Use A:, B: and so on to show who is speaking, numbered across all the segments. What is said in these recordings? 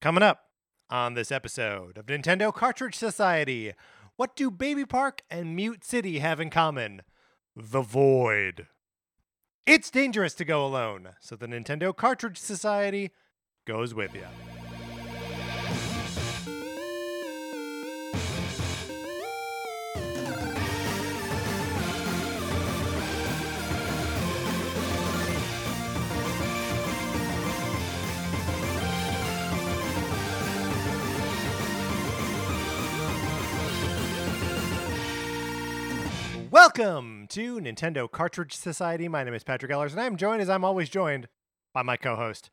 A: Coming up on this episode of Nintendo Cartridge Society, what do Baby Park and Mute City have in common? The Void. It's dangerous to go alone, so the Nintendo Cartridge Society goes with you. Welcome to Nintendo Cartridge Society. My name is Patrick Ellers, and I'm joined, as I'm always joined, by my co-host,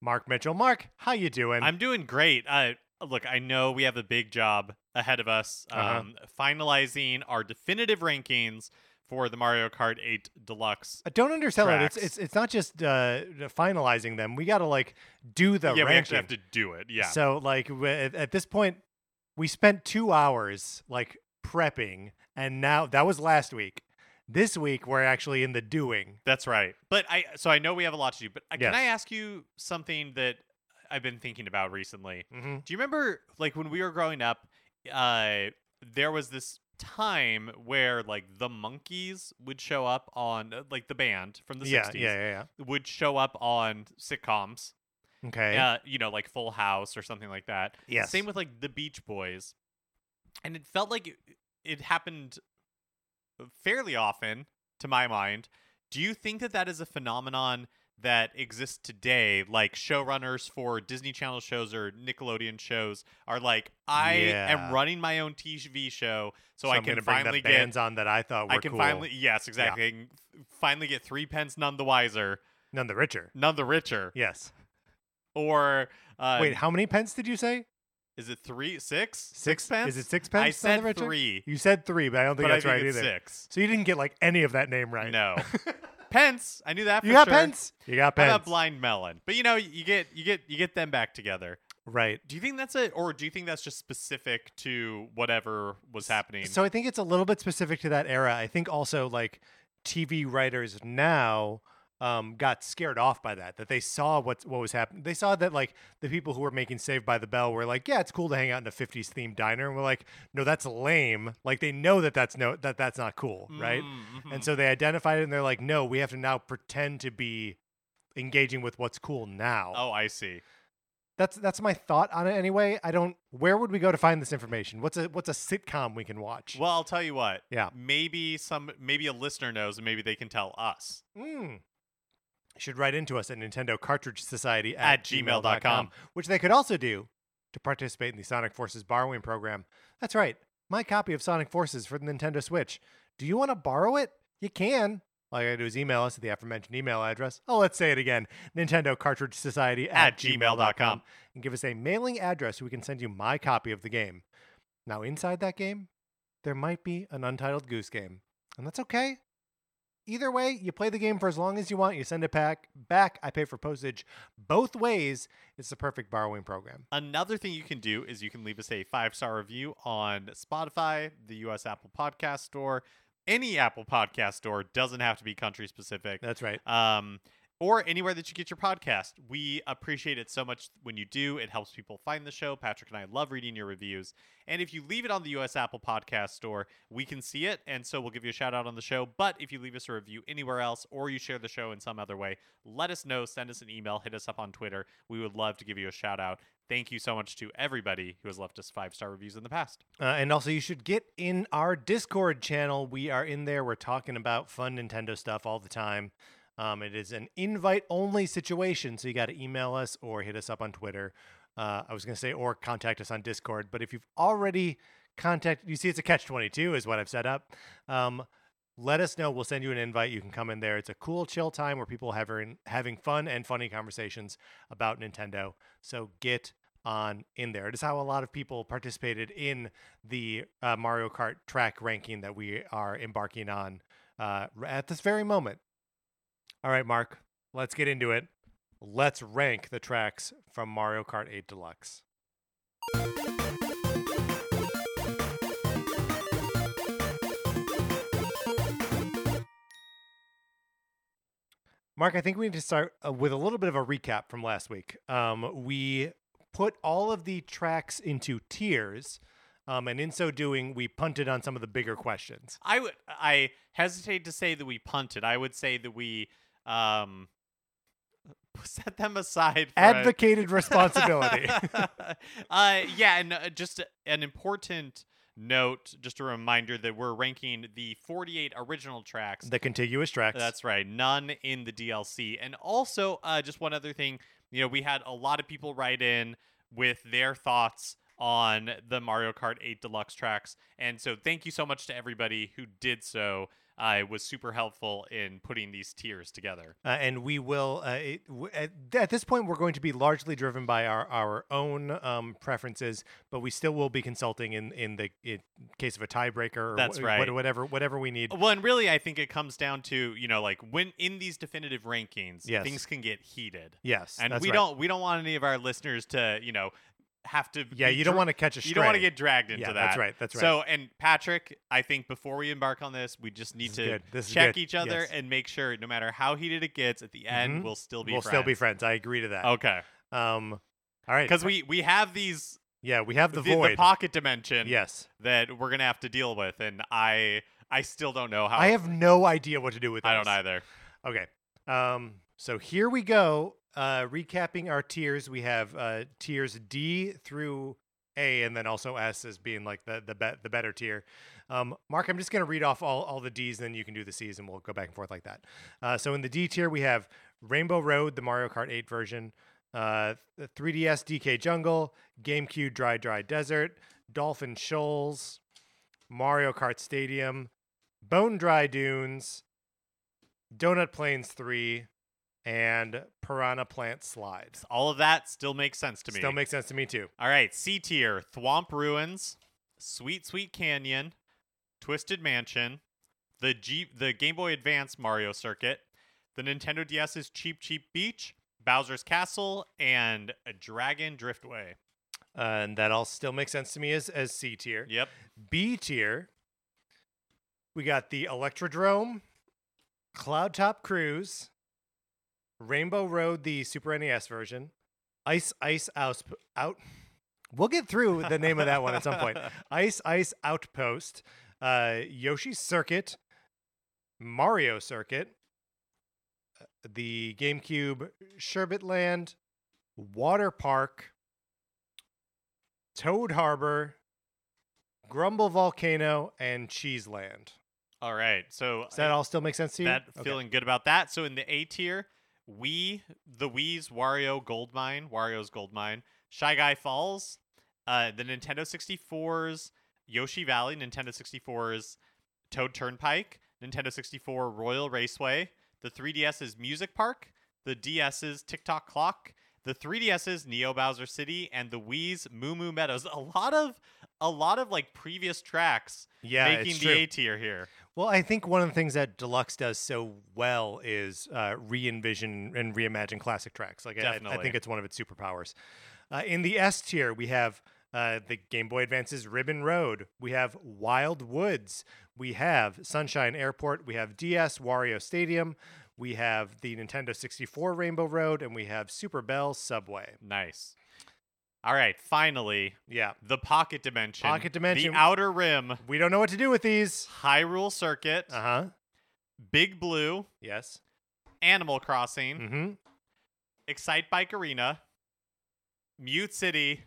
A: Mark Mitchell. Mark, how you doing?
B: I'm doing great. Uh, look, I know we have a big job ahead of us, um,
A: Uh-huh.
B: finalizing our definitive rankings for the Mario Kart 8 Deluxe.
A: Uh, Don't undersell
B: Tracks.
A: it. It's, it's it's not just uh, finalizing them. We got to like do the
B: yeah, we
A: ranking.
B: actually have to do it. Yeah.
A: So like w- at, at this point, we spent two hours like prepping, and now that was last week. This week we're actually in the doing.
B: That's right. But I so I know we have a lot to do, but uh,
A: Yes.
B: can I ask you something that I've been thinking about recently?
A: Mm-hmm.
B: Do you remember like when we were growing up, uh there was this time where like the monkeys would show up on uh, like the band from the
A: Yeah,
B: 60s
A: yeah, yeah,
B: would show up on sitcoms
A: yeah. Okay.
B: uh, you know, like Full House or something like that.
A: Yes.
B: Same with like the Beach Boys, and it felt like it, it happened fairly often, to my mind. Do you think that that is a phenomenon that exists today? Like showrunners for Disney Channel shows or Nickelodeon shows are like, I
A: Yeah.
B: am running my own TV show, so, I
A: I'm
B: can
A: gonna bring
B: finally
A: the
B: get.
A: bands on that I thought were
B: I can
A: cool.
B: finally, yes, exactly. I can finally get three pence, none the wiser,
A: none the richer.
B: none the richer.
A: Yes.
B: Or uh,
A: Wait, how many pence did you say?
B: Is it three, six,
A: Six-
B: pence?
A: Is it six pence?
B: I
A: none the
B: said
A: richer?
B: three,
A: You said three, but I don't
B: but
A: think
B: I
A: that's
B: think
A: right
B: it's
A: either.
B: six.
A: So you didn't get like any of that name right.
B: No, pence. I knew that. For
A: you got
B: sure.
A: pence. You got
B: How
A: pence.
B: about blind melon? But you know, you get you get you get them back together.
A: Right.
B: Do you think that's it, or do you think that's just specific to whatever was happening?
A: So I think it's a little bit specific to that era. I think also like TV writers now um, got scared off by that. That they saw what what was happening. They saw that like the people who were making Saved by the Bell were like, yeah, it's cool to hang out in a '50s themed diner, and we're like, no, that's lame. Like they know that that's no that that's not cool, right?
B: Mm, mhm.
A: And so they identified it, and they're like, no, we have to now pretend to be engaging with what's cool now.
B: oh, I see.
A: That's that's my thought on it anyway. I don't. Where would we go to find this information? What's a what's a sitcom we can watch?
B: Well, I'll tell you what.
A: Yeah.
B: Maybe some, maybe a listener knows, and maybe they can tell us.
A: Mm. Should write into us at Nintendo Cartridge Society
B: At gmail dot com.
A: which they could also do to participate in the Sonic Forces borrowing program. That's right, my copy of Sonic Forces for the Nintendo Switch. Do you want to borrow it? You can. All you gotta do is email us at the aforementioned email address. Oh, let's say it again Nintendo Cartridge Society at,
B: At
A: gmail
B: gmail
A: dot
B: dot
A: com,
B: com.
A: and give us a mailing address so we can send you my copy of the game. Now, inside that game, there might be an Untitled Goose game, and that's okay. Either way, you play the game for as long as you want, you send it back. Back, I pay for postage. Both ways, it's the perfect borrowing program.
B: Another thing you can do is you can leave us a five star review on Spotify, the US Apple Podcast Store. Any Apple Podcast Store doesn't have to be country specific,
A: That's right.
B: um, or anywhere that you get your podcast. We appreciate it so much when you do. It helps people find the show. Patrick and I love reading your reviews. And if you leave it on the US Apple Podcast Store, we can see it. And so we'll give you a shout out on the show. But if you leave us a review anywhere else or you share the show in some other way, let us know. Send us an email, hit us up on Twitter. We would love to give you a shout out. Thank you so much to everybody who has left us five star reviews in the past.
A: Uh, and also, you should get in our Discord channel. We are in there. We're talking about fun Nintendo stuff all the time. Um, it is an invite only situation. So you got to email us or hit us up on Twitter. Uh, I was going to say, or contact us on Discord. But if you've already contacted, you see, it's a catch 22 is what I've set up. Um, let us know. We'll send you an invite. You can come in there. It's a cool, chill time where people having having fun and funny conversations about Nintendo. So get on in there. It is how a lot of people participated in the uh, Mario Kart track ranking that we are embarking on uh, r- at this very moment. All right, Mark, let's get into it. Let's rank the tracks from Mario Kart 8 Deluxe. Mark, I think we need to start uh, with a little bit of a recap from last week. Um, we put all of the tracks into tiers. Um, and in so doing, we punted on some of the bigger questions.
B: I would I hesitate to say that we punted. I would say that we um set them aside for a-
A: Advocated responsibility.
B: uh yeah, and uh, just an important note, just a reminder that we're ranking the 48 original tracks.
A: the contiguous tracks.
B: That's right. None in the DLC. And also, uh, just one other thing. You know, we had a lot of people write in with their thoughts on the Mario Kart 8 Deluxe tracks. And so, thank you so much to everybody who did so. Uh, it was super helpful in putting these tiers together.
A: Uh, and we will, uh, it, w- at, th- at this point, we're going to be largely driven by our, our own um, preferences, but we still will be consulting in, in the in case of a tiebreaker or
B: That's
A: wh-
B: right. Oh,
A: whatever, whatever we need.
B: Well, and really, I think it comes down to you know, like when in these definitive rankings,
A: Yes.
B: things can get heated,
A: Yes.
B: and
A: that's
B: we
A: right.
B: don't we don't want any of our listeners to you know have to
A: Yeah,
B: be
A: you don't
B: dr-
A: want to catch a stray.
B: you don't want to get dragged into
A: yeah,
B: that.
A: That's right. That's right.
B: So, and Patrick, I think before we embark on this, we just
A: This
B: need
A: is
B: to
A: good. This is
B: check
A: good.
B: each other
A: Yes.
B: and make sure, no matter how heated it gets, at the
A: Mhm.
B: end we'll still be
A: we'll
B: friends.
A: still be friends. I agree to that.
B: okay
A: Um, all right.
B: because we we have these
A: yeah, we have the,
B: the, the
A: void.
B: pocket dimension
A: yes,
B: that we're gonna have to deal with, and I I still don't know how
A: I have no idea what to do with.
B: Oh. I don't
A: those.
B: either.
A: Okay. Um, so here we go. Uh, recapping our tiers, we have uh, tiers D through A, and then also S as being like the the, be- the better tier. Um, Mark, I'm just going to read off all, all the D's, then you can do the C's, and we'll go back and forth like that. Uh, so in the D tier, we have Rainbow Road, the Mario Kart 8 version, uh, the 3DS DK Jungle, GameCube Dry Dry Desert, Dolphin Shoals, Mario Kart Stadium, Bone Dry Dunes, Donut Plains 3, and Piranha Plant Slide.
B: All of that still makes sense to me.
A: Still makes sense to me too.
B: All right, C tier: Thwomp Ruins, Sweet Sweet Canyon, Twisted Mansion, the G- the Game Boy Advance Mario Circuit, the Nintendo DS's Cheap Cheap Beach, Bowser's Castle, and a Dragon Driftway.
A: Uh, and that all still makes sense to me as, as C tier.
B: Yep,
A: B tier, we got the Electrodrome, Cloud Top Cruise, Rainbow Road, the Super NES version, Ice Ice Ausp- Out. We'll get through the name of that one at some point. Ice Ice Outpost, uh, Yoshi's Circuit, Mario Circuit, uh, the GameCube Sherbet Land, Water Park, Toad Harbor, Grumble Volcano, and Cheese Land.
B: All right, so
A: Does that all still make sense to you?
B: that
A: Okay.
B: feeling good about that. So in the A tier, we the Wii's Wario Goldmine, Wario's Goldmine, Shy Guy Falls, uh, the Nintendo 64's Yoshi Valley, Nintendo 64's Toad Turnpike, Nintendo 64 Royal Raceway, the 3DS's Music Park, the DS's TikTok Clock, the 3DS's Neo Bowser City, and the Wii's Moo Moo Meadows. A lot of a lot of like previous tracks
A: yeah, it's
B: making the
A: true.
B: A tier here.
A: Well, I think one of the things that Deluxe does so well is uh, re envision and reimagine classic tracks. Like, I- I, I
B: Definitely.
A: think it's one of its superpowers. Uh, in the S tier, we have uh, the Game Boy Advance's Ribbon Road, we have Wild Woods, we have Sunshine Airport, we have DS Wario Stadium, we have the Nintendo 64 Rainbow Road, and we have Super Bell Subway.
B: Nice. All right, finally,
A: Yeah.
B: the pocket dimension.
A: Pocket dimension.
B: The outer rim,
A: We don't know what to do with these.
B: Hyrule Circuit,
A: Uh huh.
B: Big Blue,
A: Yes.
B: Animal Crossing,
A: Mm-hmm.
B: Excite Bike Arena, Mute City,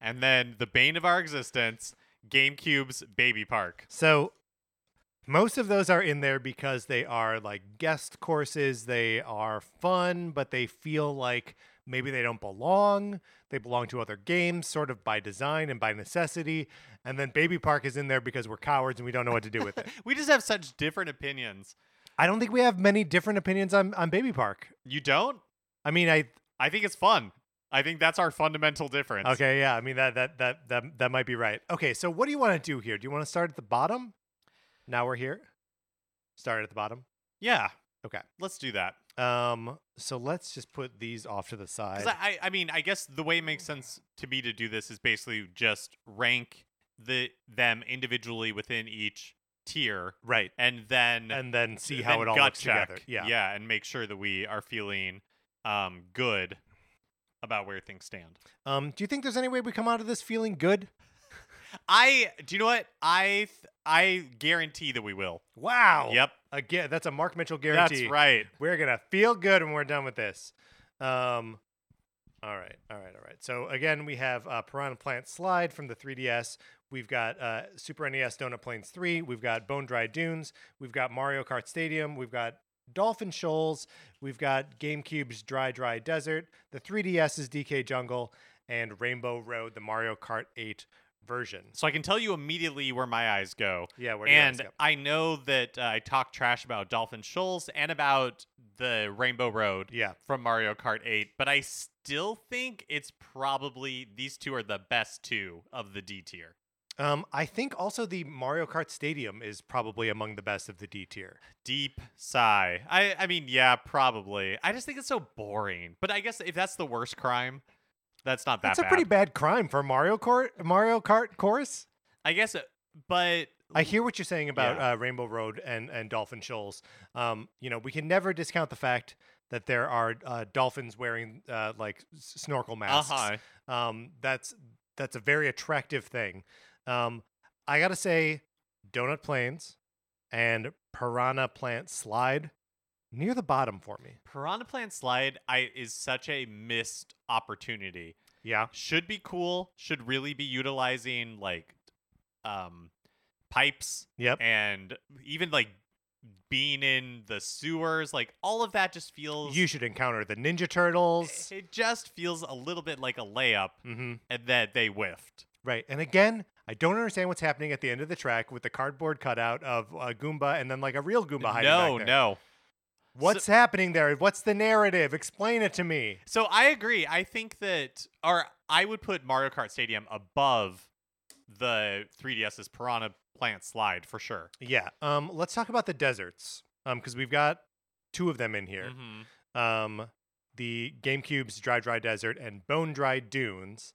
B: and then the bane of our existence, GameCube's Baby Park.
A: So most of those are in there because they are like guest courses. They are fun, but they feel like maybe they don't belong. They belong to other games, sort of by design and by necessity. And then Baby Park is in there because we're cowards and we don't know what to do with it.
B: We just have such different opinions.
A: I don't think we have many different opinions on, on Baby Park.
B: You don't?
A: I mean, I
B: I think it's fun. I think that's our fundamental difference.
A: okay, yeah. I mean that that that that that might be right. Okay, so what do you want to do here? Do you want to start at the bottom? Now we're here. Start at the bottom.
B: Yeah.
A: Okay.
B: Let's do that.
A: Um, so let's just put these off to the side.
B: Because I, I, I mean, I guess the way it makes sense to me to do this is basically just rank the them individually within each tier,
A: right.
B: and then
A: And then see
B: th-
A: how
B: then
A: it all
B: gut
A: looks
B: check.
A: together. Yeah.
B: yeah, and make sure that we are feeling um good about where things stand.
A: Um, do you think there's any way we come out of this feeling good?
B: I do you know what I th- I guarantee that we will.
A: Wow.
B: Yep,
A: Again, that's a Mark Mitchell guarantee.
B: Oh, that's right.
A: We're gonna feel good when we're done with this. Um, all right, all right, all right. So again, we have uh, Piranha Plant Slide from the 3DS. We've got uh, Super NES Donut Plains 3. We've got Bone Dry Dunes. We've got Mario Kart Stadium. We've got Dolphin Shoals. We've got GameCube's Dry Dry Desert. The 3DS's DK Jungle and Rainbow Road, the Mario Kart 8 version.
B: So I can tell you immediately where my eyes go.
A: Yeah, where do you guys
B: And
A: go?
B: I know that uh, I talk trash about Dolphin Shoals and about the Rainbow Road
A: Yeah,
B: from Mario Kart 8, but I still think it's probably these two are the best two of the D tier.
A: um, I think also the Mario Kart Stadium is probably among the best of the D tier.
B: Deep sigh. I I mean, yeah, probably. I just think it's so boring. But I guess if that's the worst crime, that's not that
A: That's
B: bad.
A: a pretty bad crime for Mario Kart. Mario Kart chorus.
B: I guess, it- but
A: I hear what you're saying about
B: Yeah.
A: uh, Rainbow Road and and Dolphin Shoals. Um, you know, we can never discount the fact that there are uh, dolphins wearing uh, like s- snorkel
B: uh
A: masks.
B: huh.
A: Um, that's that's a very attractive thing. Um, I gotta say, Donut Plains and Piranha Plant Slide near the bottom for me.
B: Piranha Plant Slide I is such a missed opportunity.
A: Yeah.
B: Should be cool. Should really be utilizing like um pipes
A: Yep.
B: and even like being in the sewers. Like all of that just feels
A: You should encounter the Ninja Turtles.
B: it just feels a little bit like a layup
A: Mm-hmm.
B: and that they whiffed.
A: Right. And again, I don't understand what's happening at the end of the track with the cardboard cutout of a Goomba and then like a real Goomba hiding
B: no,
A: back there.
B: no.
A: What's happening there? What's the narrative? Explain it to me.
B: So I agree. I think that, or I would put Mario Kart Stadium above the 3DS's Piranha Plant Slide for sure.
A: Yeah. Um, let's talk about the deserts. Um, because we've got two of them in here.
B: Mhm.
A: Um, the GameCube's Dry Dry Desert and Bone Dry Dunes.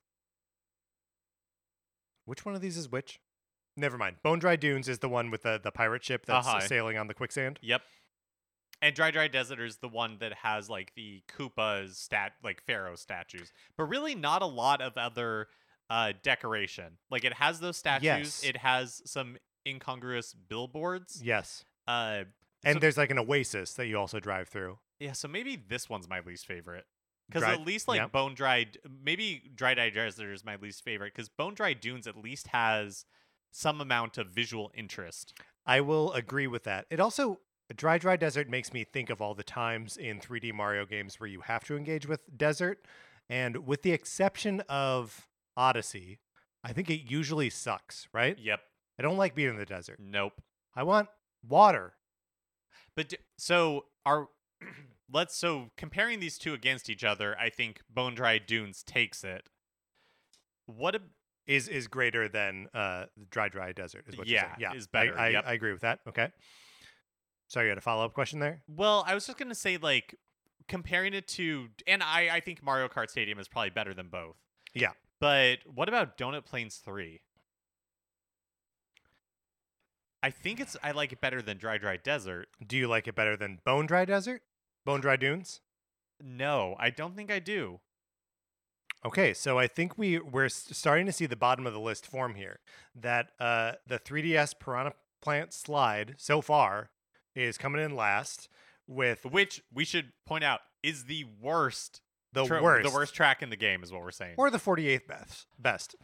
A: Which one of these is which? Never mind. Bone Dry Dunes is the one with the, the pirate ship that's
B: Uh-huh.
A: sailing on the quicksand.
B: Yep. And Dry Dry Desert is the one that has like the Koopas stat, like Pharaoh statues, but really not a lot of other uh, decoration. Like it has those statues.
A: Yes.
B: It has some incongruous billboards.
A: Yes.
B: Uh,
A: And
B: So-
A: there's like an oasis that you also drive through.
B: Yeah, so maybe this one's my least favorite. Because
A: Dry-
B: at least like
A: yeah.
B: bone dried, maybe dry dye desert is my least favorite. Because bone dry dunes at least has some amount of visual interest.
A: I will agree with that. It also Dry Dry Desert makes me think of all the times in 3D Mario games where you have to engage with desert and with the exception of Odyssey, I think it usually sucks, right?
B: Yep.
A: I don't like being in the desert.
B: Nope.
A: I want water.
B: But d- so are let's so comparing these two against each other. I think bone dry dunes takes it. What? ab-
A: Is is greater than uh Dry Dry Desert is what you're saying.
B: Yeah,
A: Yeah.
B: is better,
A: I, I,
B: yep.
A: I agree with that. Okay. Sorry, you had a follow-up question there?
B: well, I was just gonna say like comparing it to, and I I think Mario Kart Stadium is probably better than both.
A: Yeah.
B: But what about Donut Plains 3? I think it's I like it better than Dry Dry Desert.
A: Do you like it better than Bone Dry Desert? Bone Dry Dunes?
B: No, I don't think I do.
A: Okay, so I think we we're s- starting to see the bottom of the list form here. That uh, the 3DS Piranha Plant slide so far is coming in last with
B: Which we should point out is the worst
A: the
B: tra-
A: worst,
B: the worst track in the game is what we're saying.
A: or the 48th best. Best.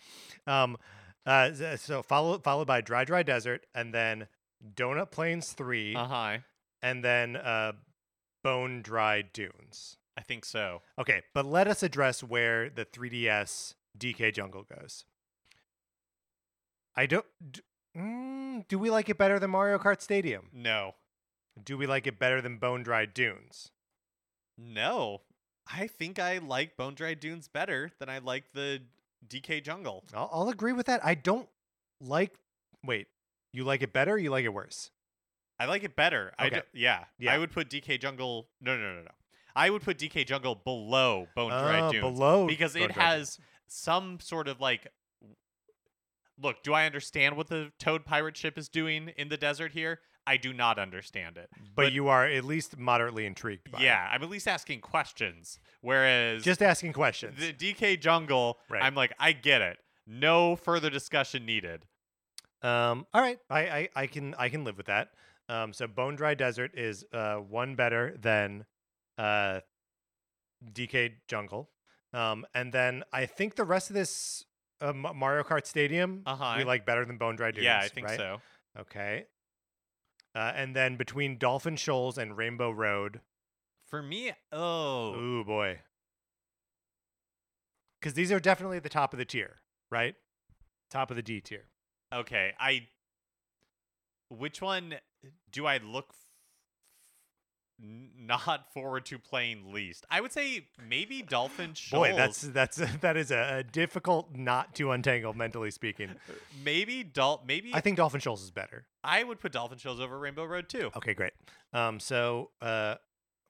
A: Um, uh, z- so follow, followed by Dry Dry Desert, and then Donut Plains 3
B: Uh huh.
A: and then uh, Bone Dry Dunes.
B: I think so.
A: Okay, but let us address where the 3DS DK Jungle goes. I don't. d- mm, do we like it better than Mario Kart Stadium?
B: No.
A: Do we like it better than Bone Dry Dunes?
B: No. I think I like Bone Dry Dunes better than I like the DK Jungle.
A: I'll, I'll agree with that. I don't like. Wait, you like it better? Or you like it worse?
B: I like it better. I
A: Okay.
B: d- yeah.
A: Yeah.
B: I would put DK Jungle. No, no, no, no. I would put DK Jungle Uh, below Bone Dry
A: Ah,
B: Dunes
A: below
B: because
A: Bone
B: it
A: Dry
B: has some sort of like. Look, do I understand what the Toad pirate ship is doing in the desert here? I do not understand it.
A: But, you are at least moderately intrigued by it.
B: yeah, I'm at least asking questions. Whereas
A: Just asking questions.
B: the DK jungle,
A: Right.
B: I'm like, I get it. No further discussion needed.
A: Um, all right, I, I I can I can live with that. Um, so Bone Dry Desert is uh one better than uh DK Jungle, um, and then I think the rest of this uh, Ma- Mario Kart Stadium
B: Uh-huh.
A: we like better than Bone Dry Dunes.
B: yeah, I think
A: right?
B: so.
A: Okay. Uh, and then between Dolphin Shoals and Rainbow Road,
B: For me, oh,
A: ooh boy, because these are definitely at the top of the tier, right? Top of the D tier.
B: okay. I which one do I look f- n- not forward to playing least? I would say maybe Dolphin Shoals.
A: Boy, that's that's that is a, a difficult not to untangle mentally speaking.
B: maybe Dol. Maybe
A: I think Dolphin Shoals is better.
B: I would put Dolphin Shoals over Rainbow Road too.
A: Okay, great. Um, so uh,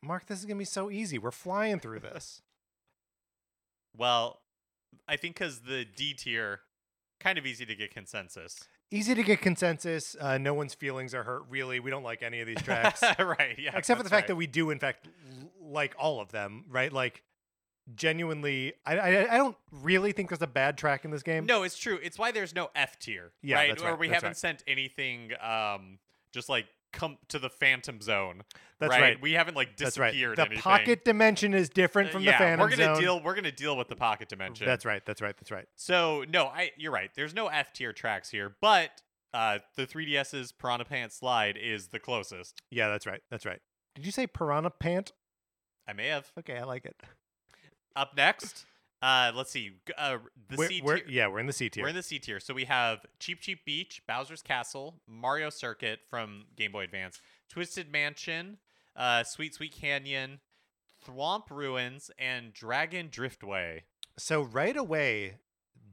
A: Mark, this is gonna be so easy. We're flying through this.
B: Well, I think because the D tier, kind of easy to get consensus.
A: Easy to get consensus. Uh, no one's feelings are hurt. Really, we don't like any of these tracks,
B: right. Yeah.
A: except for the fact that we do, in fact, l- like all of them. Right? Like, genuinely, I, I I don't really think there's a bad track in this game.
B: No, it's true. It's why there's no F tier.
A: Yeah,
B: Right.
A: that's
B: or
A: right,
B: we
A: that's
B: haven't
A: right.
B: sent anything. Um, just like come to the Phantom Zone.
A: that's
B: right?
A: right.
B: We haven't like
A: That's right.
B: disappeared.
A: The
B: anything.
A: pocket dimension is different
B: Uh,
A: from
B: yeah,
A: the Phantom
B: we're gonna
A: Zone.
B: deal. We're gonna deal with the pocket dimension.
A: That's right. That's right. That's right.
B: So no, I you're right. There's no F tier tracks here, but uh, the 3DS's Piranha Plant Slide is the closest.
A: Yeah, that's right. That's right. Did you say piranha pant?
B: I may have
A: Okay, I like it.
B: up next. Uh, let's see. g- Uh, the
A: we're,
B: C
A: we're-
B: tier.
A: yeah, we're in the C tier.
B: We're in the C tier. So we have Cheap Cheap Beach, Bowser's Castle, Mario Circuit from Game Boy Advance, Twisted Mansion, uh, Sweet Sweet Canyon, Thwomp Ruins, and Dragon Driftway.
A: so right away,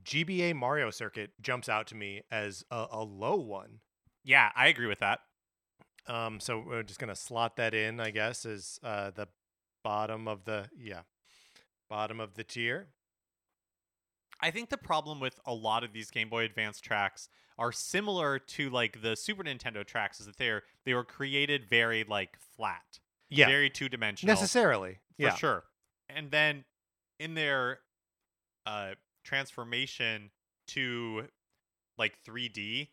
A: GBA Mario Circuit jumps out to me as a, a low one.
B: Yeah, I agree with that.
A: Um, so we're just gonna slot that in, I guess, as uh, the bottom of the yeah, bottom of the tier.
B: I think the problem with a lot of these Game Boy Advance tracks are similar to like the Super Nintendo tracks is that they're they were created very like flat,
A: Yeah,
B: very two dimensional.
A: necessarily.
B: for
A: yeah,
B: sure. And then in their uh, transformation to like 3D,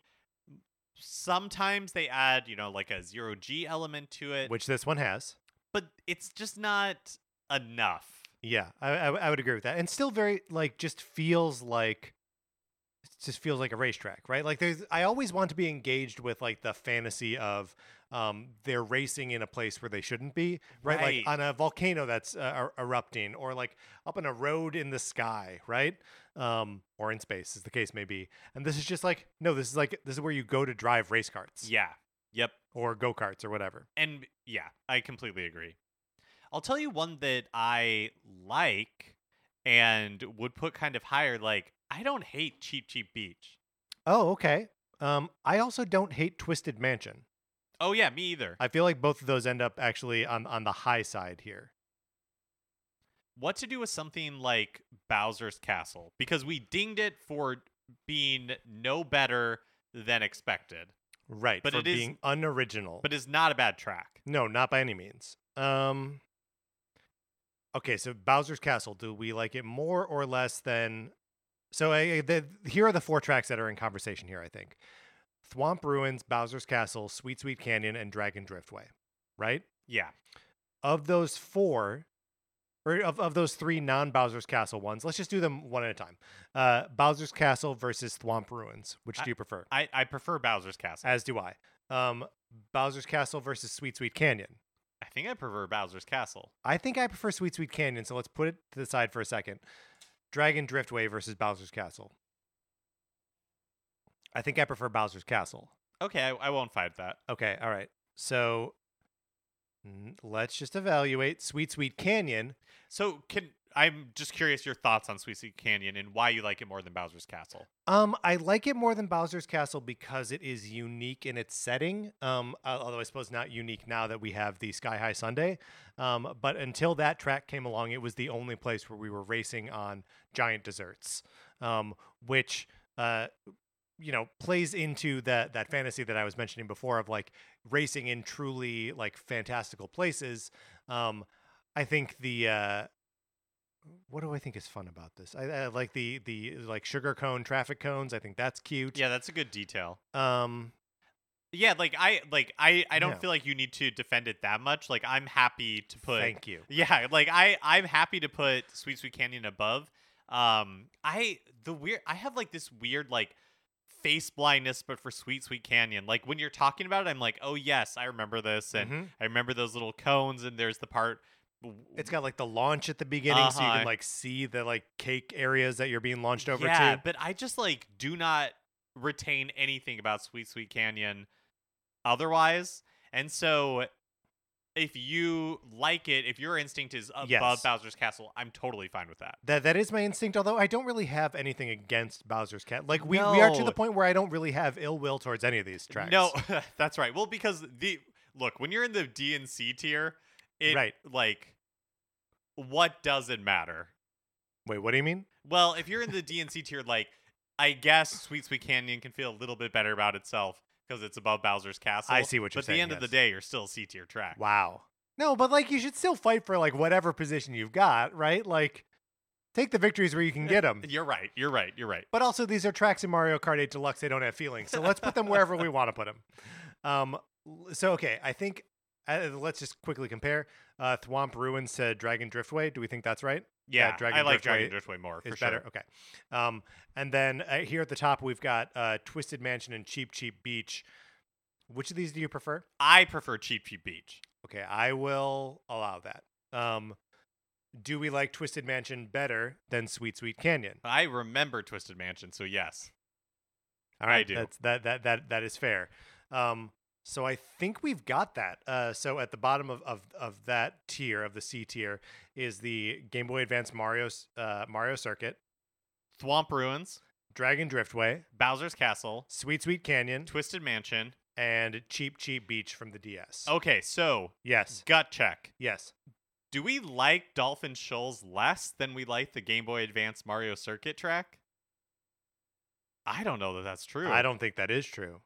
B: sometimes they add, you know, like a zero G element to it,
A: which this one has.
B: but it's just not enough.
A: Yeah, I, I I would agree with that, and still very like just feels like it just feels like a racetrack, right? Like there's I always want to be engaged with like the fantasy of um they're racing in a place where they shouldn't be, right?
B: Right.
A: Like on a volcano that's uh, er- erupting, or like up on a road in the sky, right? Um, or in space, as the case may be. And this is just like no, this is like this is where you go to drive race carts
B: Yeah. Yep.
A: or go karts or whatever.
B: And yeah, I completely agree. I'll tell you one that I like and would put kind of higher. Like, I don't hate Cheap Cheap Beach.
A: Oh, okay. Um, I also don't hate Twisted Mansion.
B: Oh, yeah, me either.
A: I feel like both of those end up actually on on the high side here.
B: what to do with something like Bowser's Castle because we dinged it for being no better than expected,
A: Right,
B: But
A: for
B: it is-
A: being unoriginal.
B: but it's not a bad track.
A: no, not by any means. Um Okay, so Bowser's Castle, do we like it more or less than So I, I- the, here are the four tracks that are in conversation here, I think. Thwomp Ruins, Bowser's Castle, Sweet Sweet Canyon and Dragon Driftway, right?
B: Yeah.
A: Of those four or of, of those three non Bowser's Castle ones, let's just do them one at a time. Uh, Bowser's Castle versus Thwomp Ruins. Which do you prefer?
B: I, I prefer Bowser's Castle.
A: As do I. Um, Bowser's Castle versus Sweet Sweet Canyon.
B: I think I prefer Bowser's Castle.
A: I think I prefer Sweet Sweet Canyon, so let's put it to the side for a second. Dragon Driftway versus Bowser's Castle. I think I prefer Bowser's Castle.
B: Okay, I, I won't fight that.
A: Okay, all right. So n- let's just evaluate Sweet Sweet Canyon.
B: So can I'm just curious your thoughts on Sweet Sweet Canyon and why you like it more than Bowser's Castle.
A: Um, I like it more than Bowser's Castle because it is unique in its setting. Um, al- although I suppose not unique now that we have the Sky High Sunday. Um, but until that track came along, it was the only place where we were racing on giant desserts, um, which uh, you know plays into that that fantasy that I was mentioning before of like racing in truly like fantastical places. Um, I think the uh, what do I think is fun about this? I, I like the the like sugar cone traffic cones. I think that's cute.
B: Yeah, that's a good detail.
A: Um,
B: Yeah, like I like I I don't
A: Yeah.
B: feel like you need to defend it that much. Like I'm happy to put
A: thank you.
B: Yeah, like I I'm happy to put Sweet Sweet Canyon above. Um I the weird I have like this weird like face blindness but for Sweet Sweet Canyon. Like when you're talking about it I'm like, "Oh yes, I remember this and
A: Mhm.
B: I remember those little cones and there's the part
A: It's got like the launch at the beginning, so you
B: Uh-huh.
A: can like see the like cake areas that you're being launched over
B: yeah,
A: to.
B: but I just like do not retain anything about Sweet Sweet Canyon otherwise. And so if you like it, if your instinct is above
A: Yes.
B: Bowser's Castle, I'm totally fine with that.
A: That that is my instinct. Although I don't really have anything against Bowser's Cat. Like we, we are to
B: No.
A: the point where I don't really have ill will towards any of these tracks.
B: No, that's right. Well, because the look, when you're in the D and C tier, it
A: Right.
B: like what does it matter?
A: Wait, what do you mean?
B: Well, if you're in the D and C tier, like I guess Sweet Sweet Canyon can feel a little bit better about itself because it's above Bowser's Castle.
A: see what you're
B: but But at
A: saying,
B: the end of the
A: yes.
B: day, you're still a C tier track.
A: Wow. No, but like you should still fight for like whatever position you've got, right? Like take the victories where you can get them.
B: You're right. You're right. You're right.
A: But also, these are tracks in Mario Kart 8 Deluxe. They don't have feelings. So let's put them wherever we want to put them. Um, l- so, okay, I think uh, let's just quickly compare uh, Thwomp Ruins to Dragon Driftway. Do we think that's right?
B: Yeah,
A: Dragon
B: I like
A: Driftway
B: Dragon Drift way more. for
A: Is better.
B: Sure.
A: Okay. Um, and then uh, here at the top, we've got uh, Twisted Mansion and Cheap Cheap Beach. Which of these do you prefer?
B: I prefer Cheap Cheap Beach.
A: Okay, I will allow that. Um, do we like Twisted Mansion better than Sweet Sweet Canyon?
B: I remember Twisted Mansion, so yes.
A: All
B: I
A: right,
B: do.
A: That's, that that that that is fair. Um, so I think we've got that. Uh, so at the bottom of, of of that tier of the C tier is the Game Boy Advance Mario s- uh, Mario Circuit,
B: Thwomp Ruins,
A: Dragon Driftway,
B: Bowser's Castle,
A: Sweet Sweet Canyon,
B: Twisted Mansion.
A: and Cheap Cheap Beach from the DS.
B: Okay, so
A: yes,
B: gut check.
A: yes.
B: Do we like Dolphin Shoals less than we like the Game Boy Advance Mario Circuit track? I don't know that that's true.
A: I don't think that is true.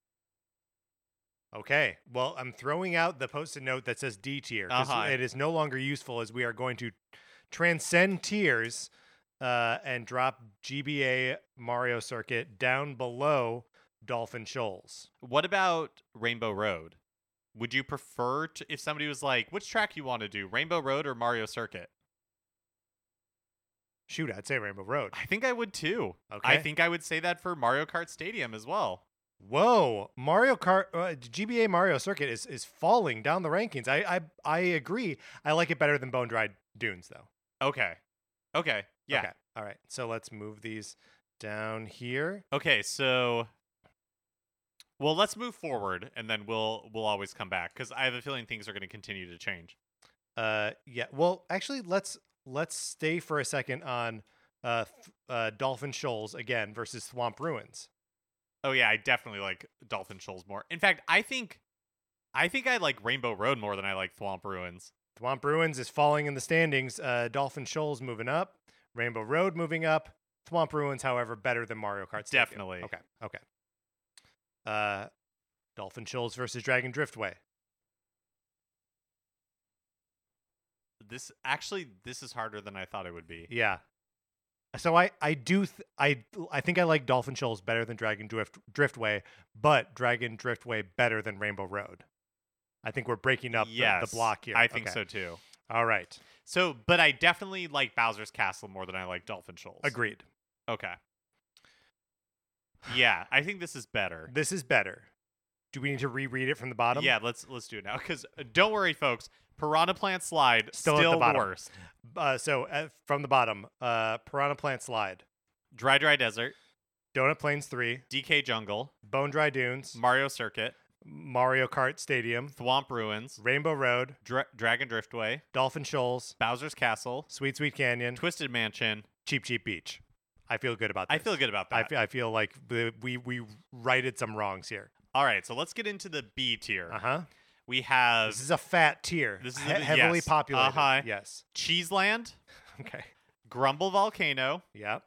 A: Okay. Well, I'm throwing out the post-it note that says D tier. 'cause
B: Uh-huh.
A: It is no longer useful as we are going to transcend tiers uh, and drop GBA Mario Circuit down below Dolphin Shoals.
B: What about Rainbow Road? Would you prefer to, if somebody was like, "Which track you want to do, Rainbow Road or Mario Circuit?"
A: Shoot, I'd say Rainbow Road.
B: I think I would too. I
A: Okay.
B: think I would say that for Mario Kart Stadium as well.
A: Whoa, Mario Kart uh, GBA Mario Circuit is is falling down the rankings. I I I agree. I like it better than Bone Dry Dunes though.
B: Okay. Okay. Yeah.
A: Okay. All right. So let's move these down here.
B: Okay, so well, let's move forward and then we'll we'll always come back cuz I have a feeling things are going to continue to change.
A: Uh, yeah. Well, actually, let's let's stay for a second on uh, th- uh Dolphin Shoals again versus Swamp Ruins.
B: Oh yeah, I definitely like Dolphin Shoals more. In fact, I think I think I like Rainbow Road more than I like Thwomp Ruins.
A: Swamp Ruins is falling in the standings. Uh, Dolphin Shoals moving up. Rainbow Road moving up. Swamp Ruins, however, better than Mario Kart. Stadium.
B: Definitely.
A: Okay. Okay. Uh, Dolphin Shoals versus Dragon Driftway.
B: This actually this is harder than I thought it would be.
A: Yeah. So I I do th- I I think I like Dolphin Shoals better than Dragon Drift Driftway, but Dragon Driftway better than Rainbow Road. I think we're breaking up the- the,
B: Yes,
A: block here.
B: I think
A: Okay.
B: so too.
A: All right.
B: So, but I definitely like Bowser's Castle more than I like Dolphin Shoals.
A: Agreed.
B: Okay. Yeah, I think this is better.
A: This is better. Do we need to reread it from the bottom?
B: Yeah, let's let's do it now. Because don't worry, folks. Piranha Plant Slide
A: Still
B: still,
A: at the
B: the,
A: bottom.
B: worst.
A: Uh, so uh, from the bottom, uh, Piranha Plant Slide,
B: Dry Dry Desert,
A: Donut Plains 3,
B: DK Jungle,
A: Bone Dry Dunes,
B: Mario Circuit,
A: Mario Kart Stadium,
B: Thwomp Ruins,
A: Rainbow Road,
B: Dra- Dragon Driftway,
A: Dolphin Shoals,
B: Bowser's Castle,
A: Sweet Sweet Canyon,
B: Twisted Mansion.
A: Cheap Cheap Beach. I feel good about this.
B: I feel good about that.
A: I fe- I feel like the- we we righted some wrongs here.
B: All right, so let's get into the B tier.
A: Uh huh.
B: We have
A: This is a fat tier.
B: this is
A: he-
B: a-
A: heavily
B: yes.
A: populated.
B: Uh-huh.
A: Yes.
B: Cheeseland,
A: Okay.
B: Grumble Volcano,
A: Yep.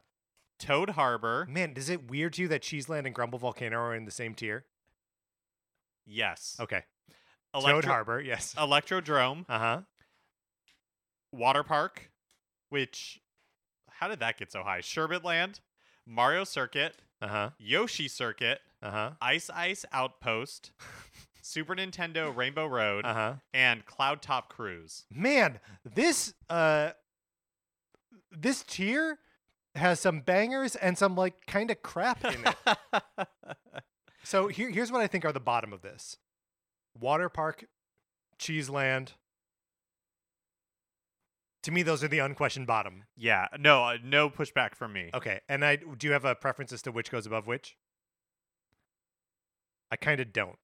B: Toad Harbor.
A: Man, is it weird to you that Cheeseland and Grumble Volcano are in the same tier?
B: Yes.
A: Okay. Toad
B: Electro- Oh.
A: Harbor, yes.
B: Electrodrome.
A: Uh huh.
B: Water Park, which how did that get so high? Sherbet Land, Mario Circuit,
A: Uh huh.
B: Yoshi Circuit,
A: Uh huh.
B: Ice Ice Outpost, Super Nintendo Rainbow Road,
A: Uh huh.
B: and Cloud Top Cruise.
A: Man, this uh, this tier has some bangers and some like kind of crap in it. so here, here's what I think are the bottom of this: Water Park, Cheeseland. To me, those are the unquestioned bottom.
B: yeah, no, uh, no pushback from me.
A: Okay, and I do you have a preference as to which goes above which? I kind of don't.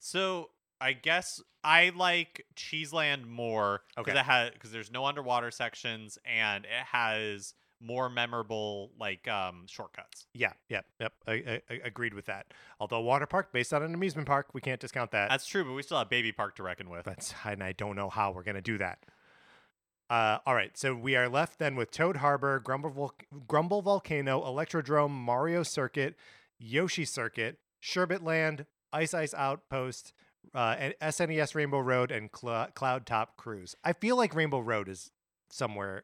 B: So I guess I like Cheeseland more
A: Okay.
B: because it has because there's no underwater sections and it has more memorable like um shortcuts.
A: Yeah, yeah, yep. I, I, I agreed with that. Although water park based on an amusement park, we can't discount that.
B: That's true, but we still have Baby Park to reckon with.
A: That's and I don't know how we're gonna do that. Uh, all right, so we are left then with Toad Harbor, Grumble, Vol- Grumble Volcano, Electrodrome, Mario Circuit, Yoshi Circuit, Sherbet Land, Ice Ice Outpost, uh, and SNES Rainbow Road, and Cl- Cloud Top Cruise. I feel like Rainbow Road is somewhere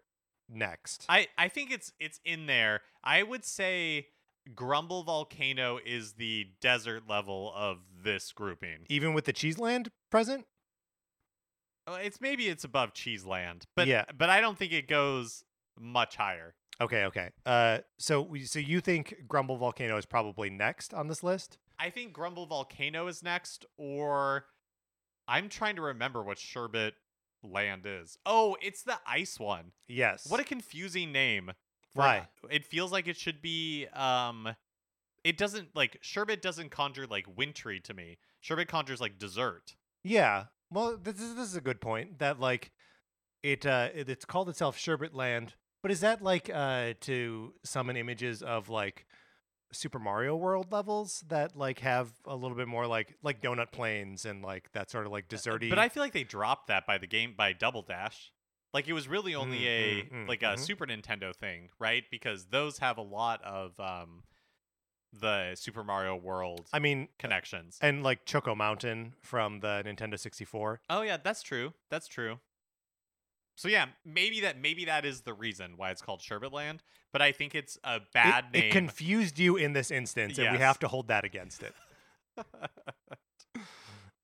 A: next.
B: I I think it's it's in there. I would say Grumble Volcano is the desert level of this grouping.
A: Even with the Cheeseland present,
B: Uh, It's maybe it's above Cheeseland, but
A: Yeah.
B: but I don't think it goes much higher.
A: okay, okay. Uh, so we, so you think Grumble Volcano is probably next on this list?
B: I think Grumble Volcano is next, or I'm trying to remember what Sherbet Land is. Oh, it's the ice one.
A: Yes.
B: What a confusing name. for-
A: Why?
B: It feels like it should be um it doesn't like sherbet doesn't conjure like wintry to me. Sherbet conjures like dessert.
A: Yeah. Well, this is this is a good point that like it uh it, it's called itself Sherbet Land, but is that like uh to summon images of like Super Mario World levels that like have a little bit more like like donut planes and like that sort of like desserty.
B: Uh, But I feel like they dropped that by the game by Double Dash. Like it was really only
A: Mm,
B: a
A: mm, mm,
B: like a
A: mhm.
B: Super Nintendo thing, right? Because those have a lot of um the Super Mario World
A: I mean,
B: connections.
A: and like Choco Mountain from the Nintendo 64.
B: Oh yeah, that's true. That's true. So yeah, maybe that maybe that is the reason why it's called Sherbet Land, but I think it's a
A: It-
B: bad
A: it,
B: name.
A: confused you in this instance, and we
B: Yes.
A: have to hold that against it.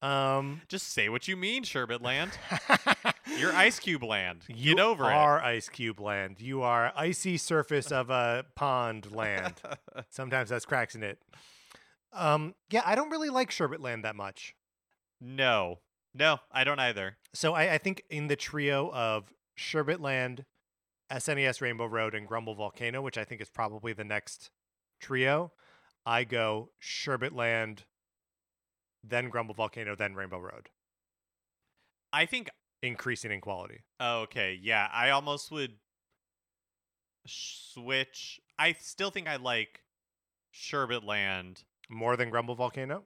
A: Um,
B: Just say what you mean, Sherbet Land. You're Ice Cube Land. Get over
A: are ice cube land. You are icy surface of a pond land.
B: it.
A: Sometimes has cracks in it. Um, yeah, I don't really like sherbet land that much.
B: no. No, I don't either.
A: So I, I think in the trio of sherbet land, SNES Rainbow Road, and Grumble Volcano, which I think is probably the next trio, I go sherbet land, then Grumble Volcano, then Rainbow Road,
B: I think
A: increasing in quality.
B: oh, okay, yeah, I almost would switch. I still think I like Sherbet Land
A: More than Grumble Volcano.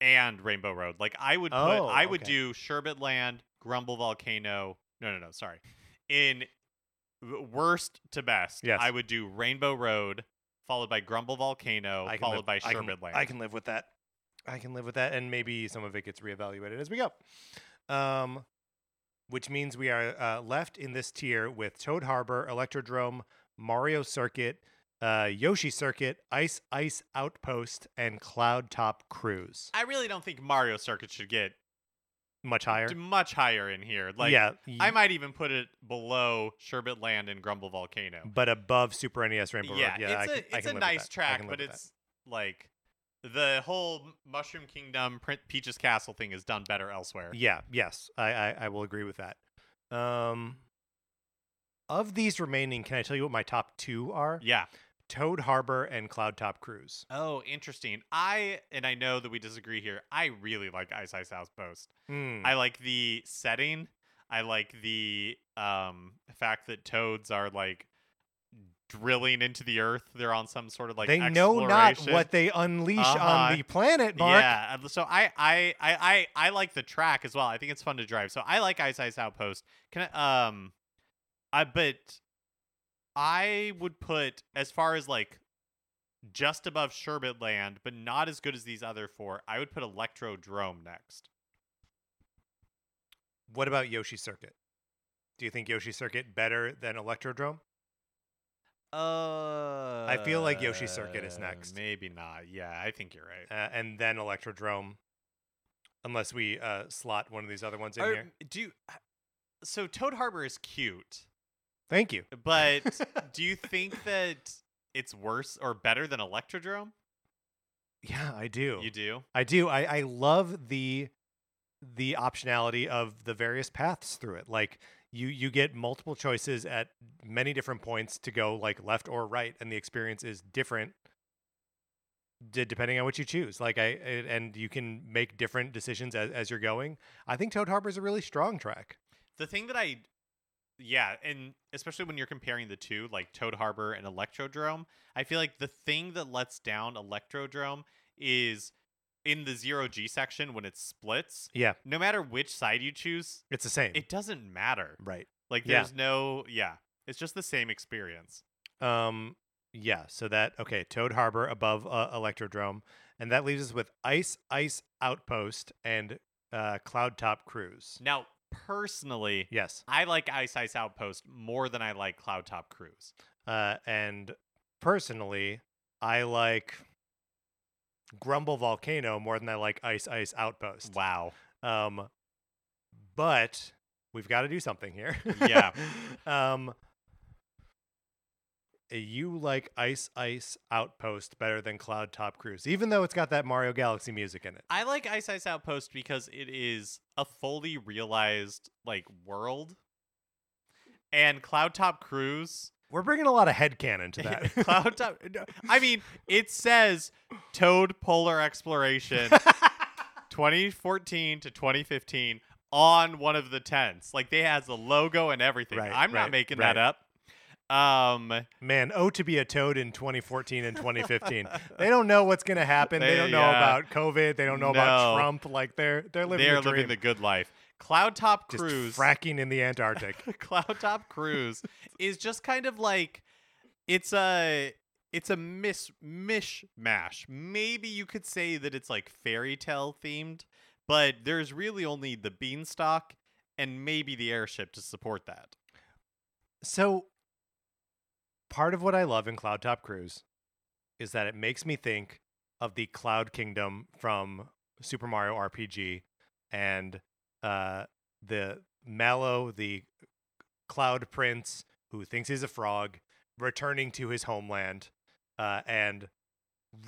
B: and Rainbow Road. Like I would put
A: Oh,
B: I would
A: okay.
B: do Sherbet Land, Grumble Volcano. No, no, no, sorry. In w- worst to best,
A: Yes.
B: I would do Rainbow Road followed by Grumble Volcano
A: I can
B: followed
A: live-
B: by
A: I can-
B: Sherbet Land.
A: I can live with that. I can live with that, and maybe some of it gets reevaluated as we go. Um, which means we are uh, left in this tier with Toad Harbor, Electrodrome, Mario Circuit, uh, Yoshi Circuit, Ice Ice Outpost, and Cloud Top Cruise.
B: I really don't think Mario Circuit should get
A: Much higher.
B: d- much higher in here. Like
A: yeah, y-
B: I might even put it below Sherbet Land and Grumble Volcano.
A: but above Super NES Rainbow
B: yeah,
A: Road. Yeah,
B: it's
A: I
B: a
A: can- I
B: it's
A: can
B: a
A: live with
B: nice
A: that. I
B: track,
A: can live
B: but
A: with that.
B: it's like the whole M- Mushroom Kingdom Prin- Peach's Castle thing is done better elsewhere.
A: Yeah, yes, I, I, I will agree with that. Um, of these remaining, can I tell you what my top two are?
B: Yeah.
A: Toad Harbor and Cloud Top Cruise.
B: Oh, interesting. I and I know that we disagree here. I really like Ice Ice Outpost.
A: Mm,
B: I like the setting. I like the um fact that toads are like drilling into the earth. They're on some sort of like
A: they know not
B: exploration.
A: what they unleash
B: Uh-huh.
A: on the planet, Mark.
B: Yeah, and so I, I I I I like the track as well. I think it's fun to drive. So I like Ice Ice Outpost. Can I, um, I but I would put as far as like just above Sherbet Land, but not as good as these other four. I would put Electrodrome next.
A: What about Yoshi Circuit? Do you think Yoshi Circuit better than Electrodrome?
B: Uh,
A: feel like Yoshi Circuit is next.
B: Maybe not. Yeah, I think you're right.
A: Uh, and then Electrodrome, unless we uh, slot one of these other ones in
B: Or,
A: here.
B: do you- so. Toad Harbor is cute,
A: Thank you.
B: but do you think that it's worse or better than Electrodrome?
A: Yeah, I do.
B: You do.
A: I do. I, I love the the optionality of the various paths through it. Like you you get multiple choices at many different points to go like left or right, and the experience is different de- depending on what you choose. Like I it, and you can make different decisions as, as you're going. I think Toad Harbor is a really strong track.
B: The thing that I, yeah, and especially when you're comparing the two, like Toad Harbor and Electrodrome, I feel like the thing that lets down Electrodrome is in the zero G section when it splits.
A: Yeah,
B: No matter which side you choose,
A: it's the same.
B: it doesn't matter.
A: right.
B: Like
A: Yeah.
B: there's no, yeah, it's just the same experience.
A: Um. Yeah. So that okay. Toad Harbor above uh, Electrodrome, and that leaves us with Ice Ice Outpost and uh, Cloud Top Cruise.
B: Now, personally,
A: Yes.
B: I like Ice Ice Outpost more than I like Cloud Top Cruise.
A: Uh, and personally, I like Grumble Volcano more than I like Ice Ice Outpost.
B: Wow.
A: Um, but we've got to do something here.
B: Yeah.
A: um, you like Ice Ice Outpost better than Cloud Top Cruise, even though it's got that Mario Galaxy music in it.
B: I like Ice Ice Outpost because it is a fully realized like world. And Cloud Top Cruise,
A: We're bringing a lot of headcanon to that.
B: Cloud Top. no, I mean, it says Toad Polar Exploration 2014 to 2015 on one of the tents. Like they has the logo and everything.
A: Right,
B: I'm
A: right,
B: not making that up. Um,
A: Man, oh to be a toad in 2014 and 2015. they don't know what's going to happen. They,
B: They-
A: don't know
B: yeah.
A: about COVID. They don't know about
B: No.
A: Trump. Like they're they're living
B: they're
A: the dream.
B: living the good life. Cloud Top
A: Just
B: Cruise.
A: fracking in the Antarctic.
B: Cloud Top Cruise is just kind of like it's a it's a miss mishmash. Maybe you could say that it's like fairy tale themed, but there's really only the beanstalk and maybe the airship to support that.
A: So, part of what I love in Cloud Top Cruise is that it makes me think of the Cloud Kingdom from Super Mario RPG and uh, the Mallow, the Cloud Prince, who thinks he's a frog, returning to his homeland uh, and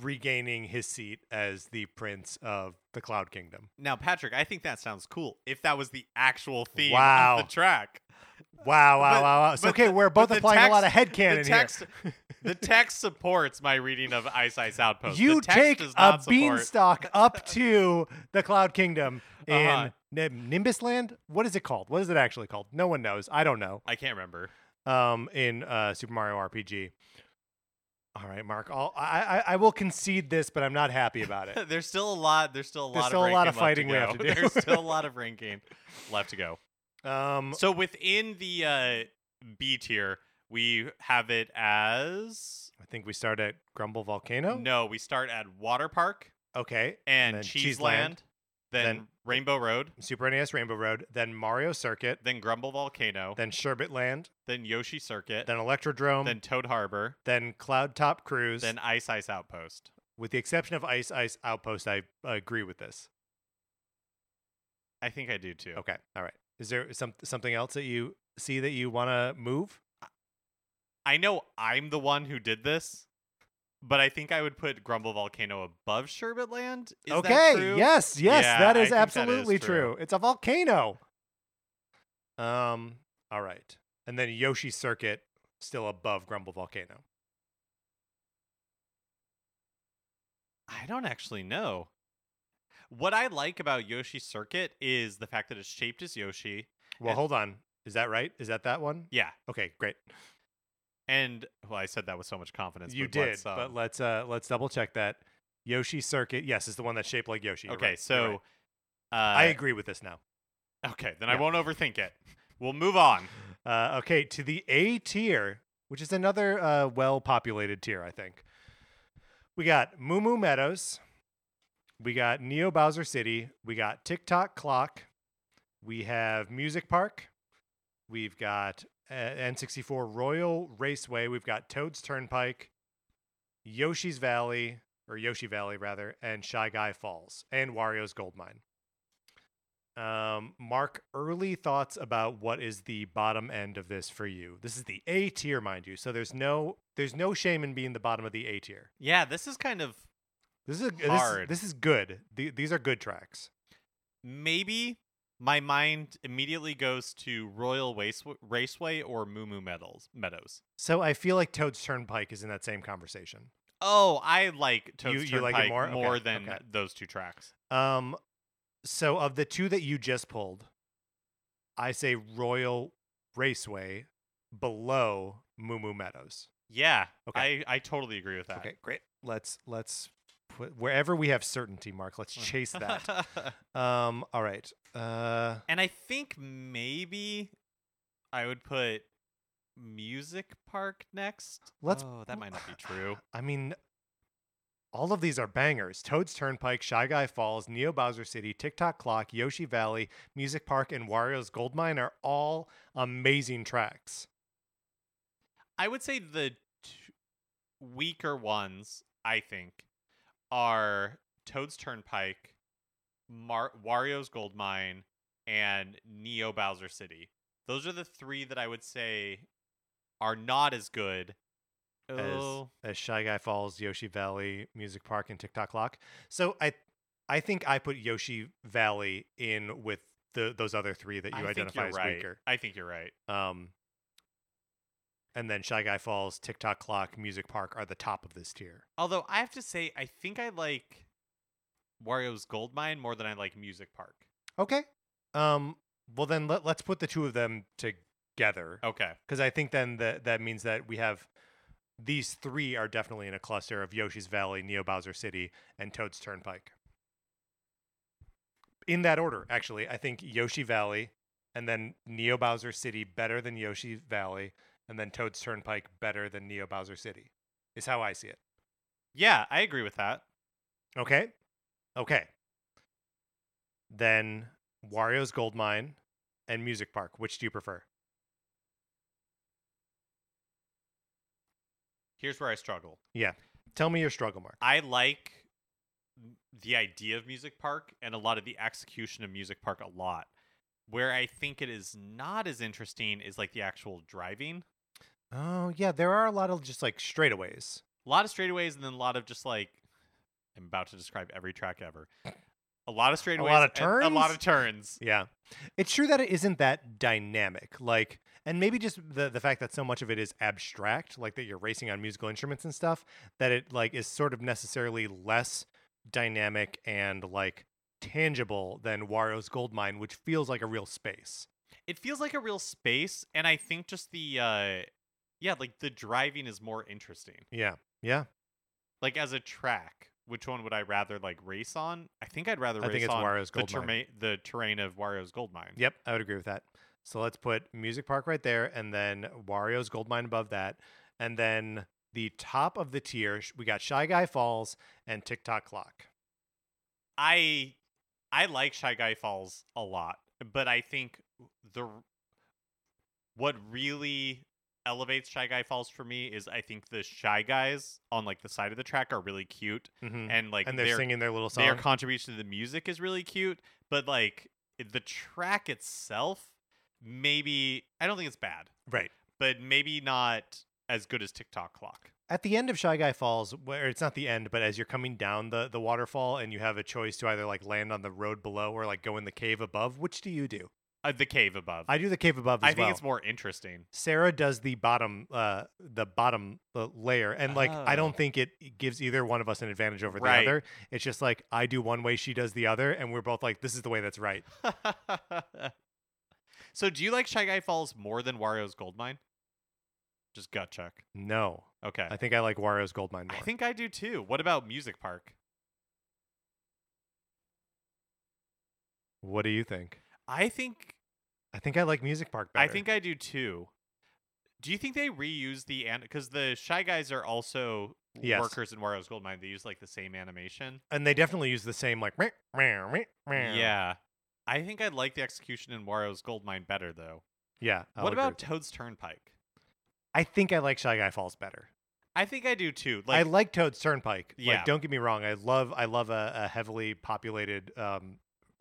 A: regaining his seat as the prince of the Cloud Kingdom.
B: Now, Patrick, I think that sounds cool. If that was the actual theme
A: Wow.
B: of the track,
A: Wow, wow,
B: But-
A: wow, wow. So,
B: but
A: okay,
B: the-
A: we're both
B: but the
A: applying a lot of
B: text-
A: headcanon
B: the text,
A: here.
B: the text supports my reading of Ice Ice Outpost. The
A: You
B: text
A: take
B: does
A: a
B: not support-
A: beanstalk up to the Cloud Kingdom in
B: Uh-huh.
A: Nim- Nimbus Land. What is it called? What is it actually called? No one knows. I don't know.
B: I can't remember.
A: Um, in uh, Super Mario RPG. All right, Mark. I'll, I, I I will concede this, but I'm not happy about it.
B: there's still a lot. There's still a lot.
A: There's
B: of
A: still a lot
B: ranking
A: of
B: left
A: fighting we have
B: go.
A: to do.
B: There's still a lot of ranking left to go.
A: Um,
B: So within the uh, B tier, we have it as
A: I think we start at Grumble Volcano.
B: no. We start at Water Park
A: Okay.
B: and,
A: Oh. then
B: Cheese
A: Cheeseland,
B: Land, then,
A: then-
B: Rainbow Road,
A: Super NES Rainbow Road, then Mario Circuit,
B: then Grumble Volcano,
A: then Sherbet Land,
B: then Yoshi Circuit,
A: then Electrodrome,
B: then Toad Harbor,
A: then Cloud Top Cruise.
B: then Ice Ice Outpost.
A: with the exception of Ice Ice Outpost, I agree with this.
B: I think I do too.
A: Okay. All right. Is there some something else that you see that you want to move?
B: I know I'm the one who did this, but I think I would put Grumble Volcano above Sherbet Land. Is that true?
A: yes. Yes.
B: Yeah,
A: that
B: I
A: is
B: think that is
A: absolutely true.
B: true.
A: It's a volcano. Um. All right. And then Yoshi Circuit still above Grumble Volcano.
B: I don't actually know. What I like about Yoshi Circuit is the fact that it's shaped as Yoshi.
A: Well,
B: And-
A: hold on. Is that right? Is that that one?
B: Yeah.
A: Okay. Great.
B: And well, I said that with so much confidence.
A: you
B: but let's,
A: did. but
B: um,
A: let's uh let's double check that. Yoshi Circuit. Yes, is the one that's shaped like Yoshi. You're
B: okay,
A: right. You're
B: so
A: right.
B: uh,
A: I agree with this now.
B: Okay, then
A: Yeah.
B: I won't overthink it. We'll move on.
A: Uh, okay, to the A tier, which is another uh, well populated tier, I think. We got Moo Moo Meadows. We got Neo Bowser City. We got TikTok Clock. We have Music Park. We've got uh, N64 Royal Raceway. We've got Toad's Turnpike, Yoshi's Valley, or Yoshi Valley rather, and Shy Guy Falls, and Wario's Gold Mine. Um, Mark, early thoughts about what is the bottom end of this for you? This is the A tier, mind you. So there's no there's no shame in being the bottom of the A tier.
B: Yeah, this is kind of
A: This is this is,
B: Hard.
A: this is good. The, these are good tracks.
B: maybe my mind immediately goes to Royal Wace- Raceway or Moo Moo Meadows. Meadows.
A: So I feel like Toad's Turnpike is in that same conversation.
B: Oh, I like
A: You-
B: Toad's
A: you like it more?
B: Turnpike more,
A: Okay,
B: than
A: okay.
B: those two tracks.
A: Um, so of the two that you just pulled, I say Royal Raceway below Moo Moo Meadows.
B: Yeah,
A: Okay.
B: I, I totally agree with that.
A: Okay, great. Let's let's put wherever we have certainty, Mark. Let's chase that. um, all right. Uh,
B: and I think maybe I would put Music Park next.
A: Let's-
B: Oh, that might not be true.
A: I mean, all of these are bangers: Toad's Turnpike, Shy Guy Falls, Neo Bowser City, TikTok Clock, Yoshi Valley, Music Park, and Wario's Gold Mine are all amazing tracks.
B: I would say the t- weaker ones, I think, are Toad's Turnpike, Mar- Wario's Gold Mine, and Neo Bowser City. Those are the three that I would say are not as good as
A: as Shy Guy Falls, Yoshi Valley, Music Park, and TikTok Clock. So I, I think I put Yoshi Valley in with the those other three that you
B: I think
A: identify
B: you're
A: as
B: right.
A: weaker.
B: I think you're right.
A: Um, and then Shy Guy Falls, TikTok Clock, Music Park are the top of this tier.
B: Although I have to say, I think I like Wario's Gold Mine more than I like Music Park.
A: Okay. Um. Well, then let let's put the two of them together
B: Okay.
A: because I think then that that means that we have these three are definitely in a cluster of Yoshi's Valley, Neo Bowser City, and Toad's Turnpike. In that order, actually, I think Yoshi Valley, and then Neo Bowser City better than Yoshi Valley, and then Toad's Turnpike better than Neo Bowser City, is how I see it.
B: Yeah, I agree with that.
A: Okay. Okay. Then Wario's Gold Mine and Music Park. Which do you prefer?
B: Here's where I struggle.
A: Tell me your struggle mark.
B: I like m- the idea of Music Park and a lot of the execution of Music Park a lot. Where I think it is not as interesting is like the actual driving.
A: Oh, yeah. There are a lot of just like straightaways.
B: A lot of straightaways and then a lot of just like I'm about to describe every track ever. A lot of straightaways,
A: lot of
B: and a lot
A: turns?
B: of turns.
A: Yeah. It's true that it isn't that dynamic. Like, and maybe just the, the fact that so much of it is abstract, like that you're racing on musical instruments and stuff, that it like is sort of necessarily less dynamic and like tangible than Wario's Gold Mine, which feels like a real space.
B: It feels like a real space, and I think just the uh yeah, like the driving is more interesting.
A: Yeah. Yeah.
B: Like as a track, which one would I rather like race on? I think I'd rather
A: I
B: race
A: think it's
B: on
A: Wario's
B: the,
A: Gold Mine.
B: terrain, the terrain of Wario's Gold Mine.
A: Yep, I would agree with that. So let's put Music Park right there, and then Wario's Gold Mine above that, and then the top of the tier sh- we got Shy Guy Falls and TikTok Clock.
B: I I like Shy Guy Falls a lot, but I think the r- what really elevates Shy Guy Falls for me is I think the Shy Guys on like the side of the track are really cute
A: Mm-hmm.
B: and like
A: And they're
B: their
A: singing their little song.
B: their contribution to the music is really cute, but like i- the track itself maybe I don't think it's bad,
A: right.
B: but maybe not as good as TikTok Clock.
A: At the end of Shy Guy Falls, where it's not the end, but as you're coming down the, the waterfall and you have a choice to either like land on the road below or like go in the cave above, which do you do?
B: Uh, the cave above.
A: I do the cave above as
B: I think
A: well.
B: it's more interesting.
A: Sarah does the bottom, uh, the bottom uh, layer, and like I
B: Oh.
A: don't think it gives either one of us an advantage over the
B: Right.
A: other. It's just like I do one way, she does the other, and we're both like, this is the way that's right.
B: so do you like Shy Guy Falls more than Wario's Gold Mine? Just gut check.
A: No,
B: Okay.
A: I think I like Wario's Gold Mine more.
B: I think I do too. What about Music Park?
A: What do you think?
B: I think
A: I think I like Music Park better.
B: I think I do too. Do you think they reuse the and because the shy guys are also
A: Yes.
B: workers in Wario's Gold Mine? They use like the same animation.
A: And they definitely use the same like meh, meh, meh, meh.
B: Yeah, I think I like the execution in Wario's Gold Mine better though.
A: yeah. I'll
B: what
A: agree
B: about
A: with you.
B: Toad's Turnpike?
A: I think I like Shy Guy Falls better.
B: I think I do too. Like
A: I like Toad's Turnpike.
B: Yeah.
A: Like, don't get me wrong. I love I love a, a heavily populated um,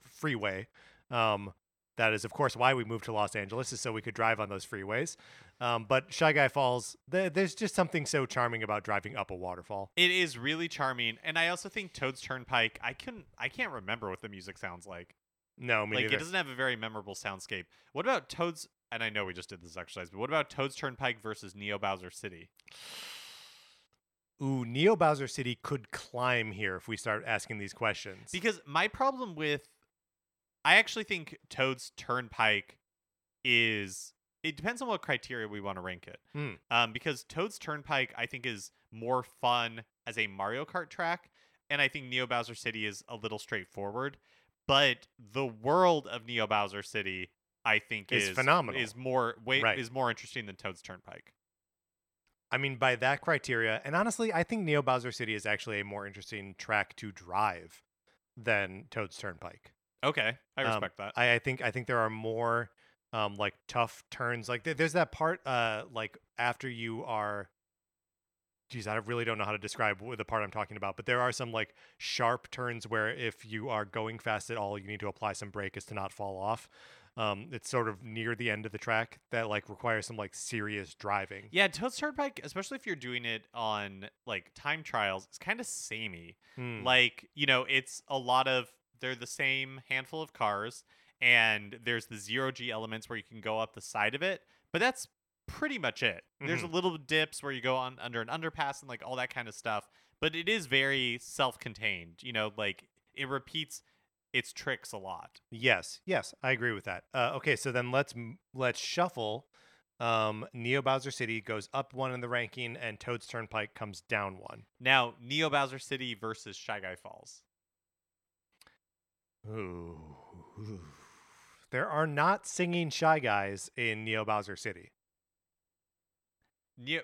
A: freeway. Um, that is, of course, why we moved to Los Angeles is so we could drive on those freeways. Um, but Shy Guy Falls, th- there's just something so charming about driving up a waterfall.
B: it is really charming, and I also think Toad's Turnpike. I can I can't remember what the music sounds like.
A: No, me
B: like
A: neither.
B: it doesn't have a very memorable soundscape. What about Toad's? And I know we just did this exercise, but what about Toad's Turnpike versus Neo Bowser City?
A: Ooh, Neo Bowser City could climb here if we start asking these questions.
B: Because my problem with, I actually think Toad's Turnpike is. It depends on what criteria we want to rank it.
A: Hmm.
B: Um, because Toad's Turnpike, I think, is more fun as a Mario Kart track, and I think Neo Bowser City is a little straightforward. But the world of Neo Bowser City, I think,
A: Is
B: is,
A: phenomenal.
B: Is more way
A: Right.
B: is more interesting than Toad's Turnpike.
A: I mean, by that criteria, and honestly, I think Neo Bowser City is actually a more interesting track to drive than Toad's Turnpike.
B: Okay, I
A: Um,
B: respect that.
A: I, I think I think there are more um like tough turns. Like there- there's that part uh like after you are geez, I really don't know how to describe wh- the part I'm talking about, but there are some like sharp turns where if you are going fast at all, you need to apply some brake is to not fall off. Um, it's sort of near the end of the track that like requires some like serious driving.
B: yeah, Toad's Turnpike, especially if you're doing it on like time trials, it's kind of samey.
A: Hmm.
B: Like, you know, it's a lot of they're the same handful of cars, and there's the zero G elements where you can go up the side of it, but that's pretty much it. There's a little dips where you go on under an underpass and like all that kind of stuff, but it is very self-contained. You know, like it repeats its tricks a lot.
A: Yes, yes, I agree with that. Uh, okay, so then let's m- let's shuffle. Um, Neo Bowser City goes up one in the ranking, and Toad's Turnpike comes down one.
B: Now, Neo Bowser City versus Shy Guy Falls.
A: Ooh. There are not singing shy guys in Neo Bowser City.
B: Neo,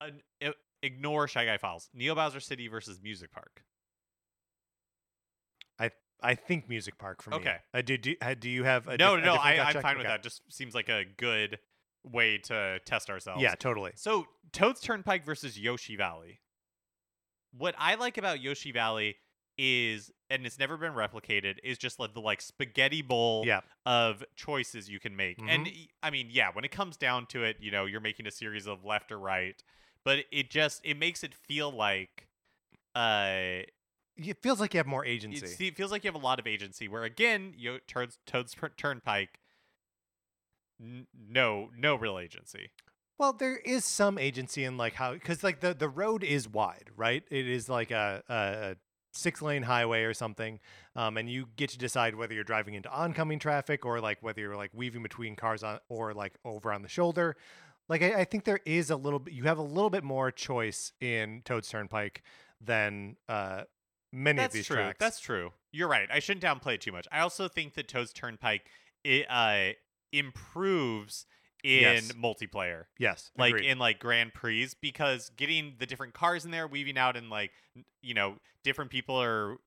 B: uh, i- ignore Shy Guy Files. Neo Bowser City versus Music Park.
A: I think Music Park for me.
B: Okay.
A: Uh, do, do, uh, do you have a
B: no,
A: diff- a
B: no, no.
A: different
B: I,
A: gut
B: I'm
A: check?
B: fine with
A: Okay.
B: that. Just seems like a good way to test ourselves.
A: Yeah, totally.
B: So Toad's Turnpike versus Yoshi Valley. What I like about Yoshi Valley is, and it's never been replicated, is just like the like spaghetti bowl
A: Yeah. Mm-hmm.
B: of choices you can make. And y- I mean, yeah, when it comes down to it, you know, you're making a series of left or right, but it just it makes it feel like uh
A: It feels like you have more agency.
B: it see- feels like you have a lot of agency. Where again, you Toad's, Toad's Tur- Turnpike, n- no, no real agency.
A: Well, there is some agency in like how because like the the road is wide, right? It is like a, a, a six lane highway or something, um, and you get to decide whether you're driving into oncoming traffic or like whether you're like weaving between cars on or like over on the shoulder. Like I, I think there is a little bit you have a little bit more choice in Toad's Turnpike than uh, many of
B: That's
A: these
B: true.
A: tracks.
B: That's true. You're right. I shouldn't downplay it too much. I also think that Toad's Turnpike it uh, improves in
A: Yes.
B: multiplayer.
A: yes,
B: like
A: agreed.
B: in like grand prix because getting the different cars in there weaving out and like n- you know different people are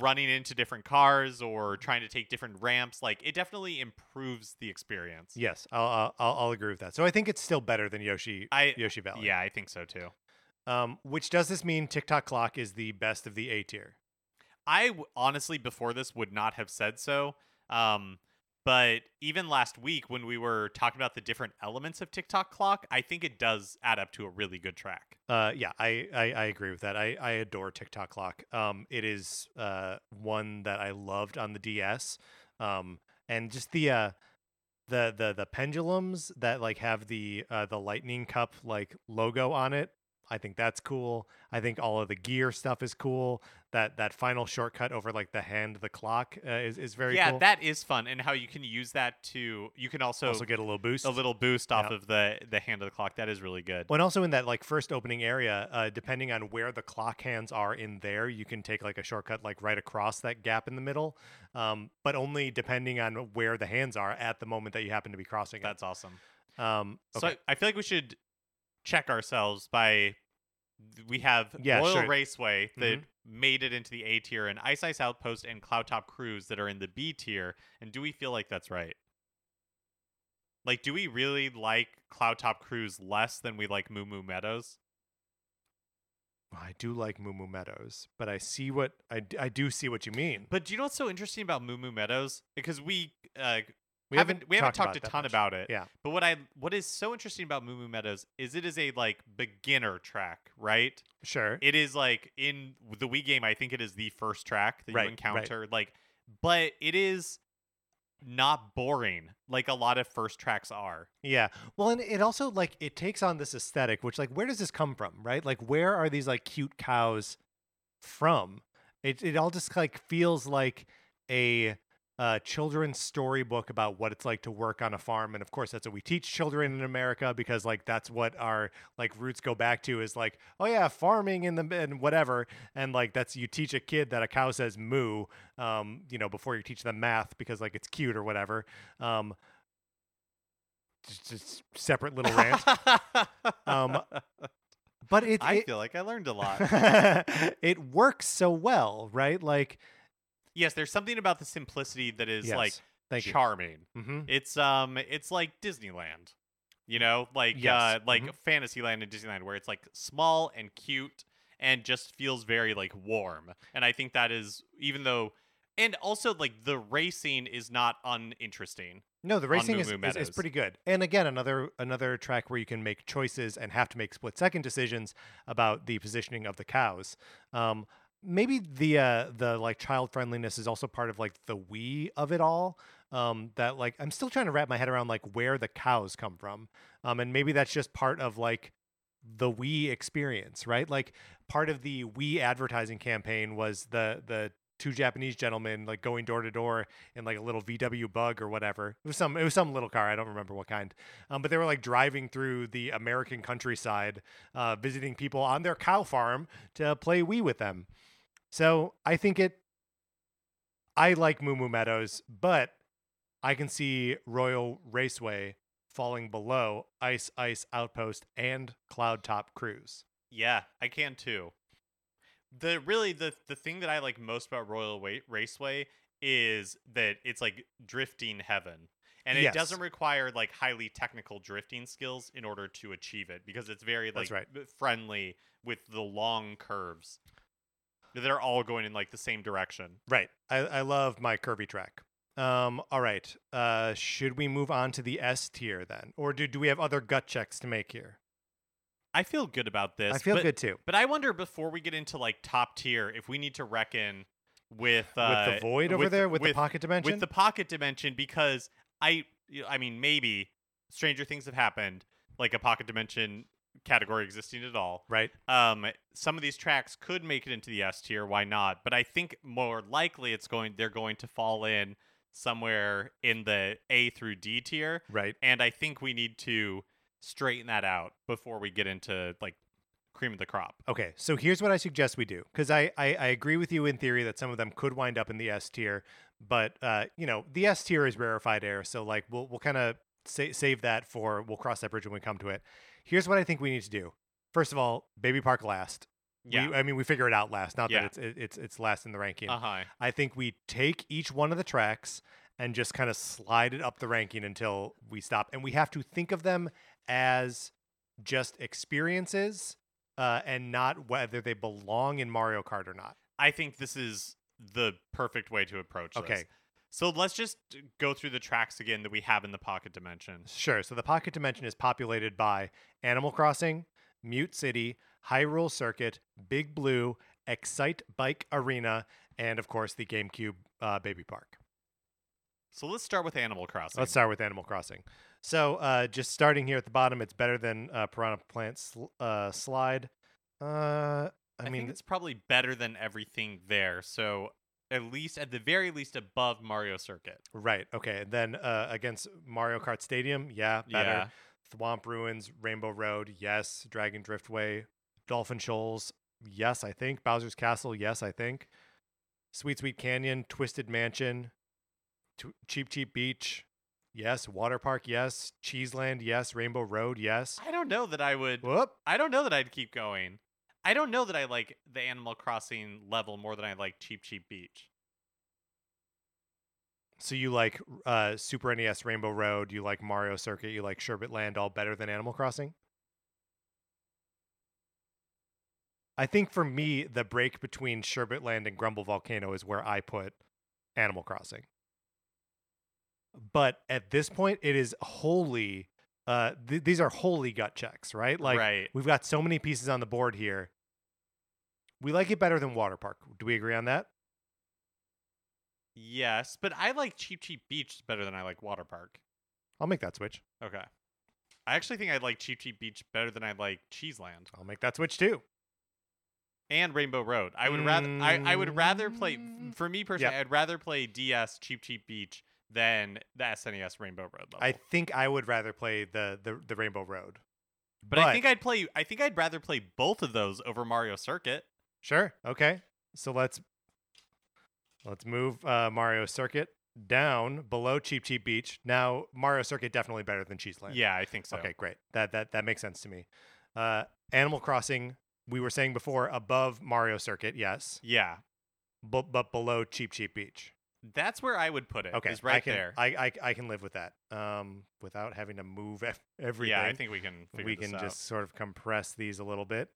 B: running into different cars or trying to take different ramps like it definitely improves the experience
A: yes, I'll, I'll I'll I'll agree with that. So I think it's still better than Yoshi
B: i
A: Yoshi Valley.
B: yeah i think so too
A: Um, which does this mean TikTok Clock is the best of the A tier?
B: i w- honestly before this would not have said so um but even last week when we were talking about the different elements of tiktok clock i think it does add up to a really good track
A: Uh, yeah, I, I I agree with that. I I adore TikTok Clock. Um, it is uh one that I loved on the DS. Um, and just the uh the the the pendulums that like have the uh the lightning cup like logo on it. I think that's cool. I think all of the gear stuff is cool. That that final shortcut over like the hand, the clock uh, is is very
B: yeah
A: cool.
B: that is fun and how you can use that to you can
A: also get a little boost.
B: a little boost off
A: Yeah.
B: of the the hand of the clock. That is really good.
A: Well, and also in that like first opening area, uh, depending on where the clock hands are in there, you can take like a shortcut like right across that gap in the middle, um, but only depending on where the hands are at the moment that you happen to be crossing. it.
B: That's awesome.
A: Um,
B: So
A: okay.
B: I, I feel like we should check ourselves by we have
A: Yeah,
B: Royal
A: sure.
B: Raceway that made it into the A tier and Ice Ice Outpost and Cloud Top Cruise that are in the B tier. And do we feel like that's right? Like, do we really like Cloud Top Cruise less than we like Moo Moo Meadows?
A: Oh, I do like Moo Moo Meadows, but I see what I, d- I do see what you mean.
B: But do you know what's so interesting about Moo Moo Meadows? Because we uh,
A: We
B: haven't, we
A: about
B: haven't talked
A: it
B: a
A: that
B: ton
A: much.
B: about it.
A: Yeah.
B: But what I what is so interesting about Moo Moo Meadows is it is a like beginner track, right?
A: Sure.
B: It is like in the Wii game, I think it is the first track that
A: Right,
B: you
A: right.
B: encounter. Like, but it is not boring like a lot of first tracks are.
A: Yeah. Well, and it also like it takes on this aesthetic, which like where does this come from, right? Like where are these like cute cows from? It it all just like feels like a uh, children's storybook about what it's like to work on a farm, and of course that's what we teach children in America because like that's what our like roots go back to is like oh yeah farming and the and whatever, and like that's you teach a kid that a cow says moo, um, you know before you teach them math because like it's cute or whatever, um, just, just separate little rant. Um, But it,
B: I
A: it
B: feel like I learned a lot.
A: it works so well, right? Like
B: yes, there's something about the simplicity that is
A: yes.
B: like
A: thank
B: charming.
A: you. hmm
B: It's um, it's like Disneyland, you know, like
A: Yes,
B: uh, like
A: mhm.
B: Fantasyland and Disneyland, where it's like small and cute and just feels very like warm. And I think that is even though, and also like the racing is not uninteresting.
A: No, the racing
B: Moo
A: is,
B: Moo
A: is is
B: Meadows.
A: pretty good. And again, another another track where you can make choices and have to make split second decisions about the positioning of the cows. Um, maybe the uh, the like child friendliness is also part of like the we of it all. Um, that like I'm still trying to wrap my head around like where the cows come from. Um, and maybe that's just part of like the we experience, right? Like part of the we advertising campaign was the the two Japanese gentlemen like going door to door in like a little VW Bug or whatever. It was some it was some little car. I don't remember what kind. Um, but they were like driving through the American countryside, uh, visiting people on their cow farm to play Wii with them. So I think it. I like Moo Moo Meadows, but I can see Royal Raceway falling below Ice Ice Outpost and Cloud Top Cruise.
B: Yeah, I can too. The really the the thing that I like most about Royal Wa- Raceway is that it's like drifting heaven. And it
A: Yes.
B: doesn't require like highly technical drifting skills in order to achieve it because it's very like
A: That's
B: friendly with the long curves. They're all going in like the same direction.
A: Right. I, I love my curvy track. Um, all right. Uh, should we move on to the S tier then? Or do, do we have other gut checks to make here?
B: I feel good about this.
A: I feel
B: but,
A: good too.
B: But I wonder before we get into like top tier if we need to reckon with uh,
A: with the void over there, with, the pocket dimension?
B: with the pocket dimension because I y- I mean maybe stranger things have happened like a pocket dimension category existing at all.
A: right.
B: Um some of these tracks could make it into the S tier, why not? But I think more likely it's going they're going to fall in somewhere in the A through D tier
A: Right.
B: and I think we need to straighten that out before we get into like cream of the crop.
A: Okay, so here's what I suggest we do because I, I I agree with you in theory that some of them could wind up in the S tier, but uh, you know the S tier is rarefied air, so like we'll we'll kind of sa- save that for we'll cross that bridge when we come to it. Here's what I think we need to do. First of all, Baby Park last.
B: Yeah.
A: We, I mean, we figure it out last. Not
B: Yeah.
A: that it's it, it's it's last in the ranking.
B: uh-huh.
A: I think we take each one of the tracks and just kind of slide it up the ranking until we stop. And we have to think of them as just experiences uh, and not whether they belong in Mario Kart or not.
B: I think this is the perfect way to approach this.
A: Okay.
B: So let's just go through the tracks again that we have in the pocket dimension.
A: Sure. So the Pocket Dimension is populated by Animal Crossing, Mute City, Hyrule Circuit, Big Blue, Excite Bike Arena, and of course the GameCube uh, Baby Park.
B: So let's start with Animal Crossing.
A: Let's start with Animal Crossing. So, uh, just starting here at the bottom, it's better than uh, Piranha Plant sl- uh, Slide. Uh, I,
B: I,
A: mean,
B: think it's probably better than everything there. So at least at the very least above Mario Circuit.
A: right. Okay. Then uh, against Mario Kart Stadium, yeah, better.
B: Yeah.
A: Thwomp Ruins, Rainbow Road, yes. Dragon Driftway, Dolphin Shoals, yes, I think. Bowser's Castle, yes, I think. Sweet Sweet Canyon, Twisted Mansion, Tw Cheap Cheap Beach, Yes. Water Park, yes. Cheeseland, yes. Rainbow Road, yes.
B: I don't know that I would.
A: Whoop.
B: I don't know that I'd keep going. I don't know that I like the Animal Crossing level more than I like Cheap Cheap Beach.
A: So you like uh, Super NES Rainbow Road, you like Mario Circuit, you like Sherbet Land all better than Animal Crossing? I think for me, the break between Sherbet Land and Grumble Volcano is where I put Animal Crossing. But at this point, it is wholly, uh, th- these are wholly gut checks, right? Like,
B: right.
A: we've got so many pieces on the board here. We like it better than Water Park. Do we agree on that?
B: Yes, but I like Cheap Cheap Beach better than I like Water Park.
A: I'll make that switch.
B: Okay. I actually think I like Cheap Cheap Beach better than I like Cheeseland
A: I'll make that switch too.
B: and Rainbow Road. I would rather I, I would rather play
A: Mm.
B: for me personally.
A: Yeah.
B: I'd rather play DS Cheap Cheap Beach than the SNES Rainbow Road level.
A: I think I would rather play the the, the Rainbow Road.
B: but, I think I'd play. I think I'd rather play both of those over Mario Circuit.
A: sure okay. So let's let's move uh, Mario Circuit down below Cheap Cheap Beach. Now Mario Circuit definitely better than Cheeseland.
B: Yeah, I think so.
A: Okay, great. That that that makes sense to me. Uh, Animal Crossing, we were saying before, above Mario Circuit, yes,
B: Yeah,
A: but but below Cheap Cheap Beach.
B: that's where I would put it.
A: Okay,
B: is right
A: I can,
B: there.
A: I, I I can live with that. Um, without having to move ev- everything.
B: Yeah, I think we can. Figure
A: we
B: this
A: can
B: out.
A: just sort of compress these a little bit.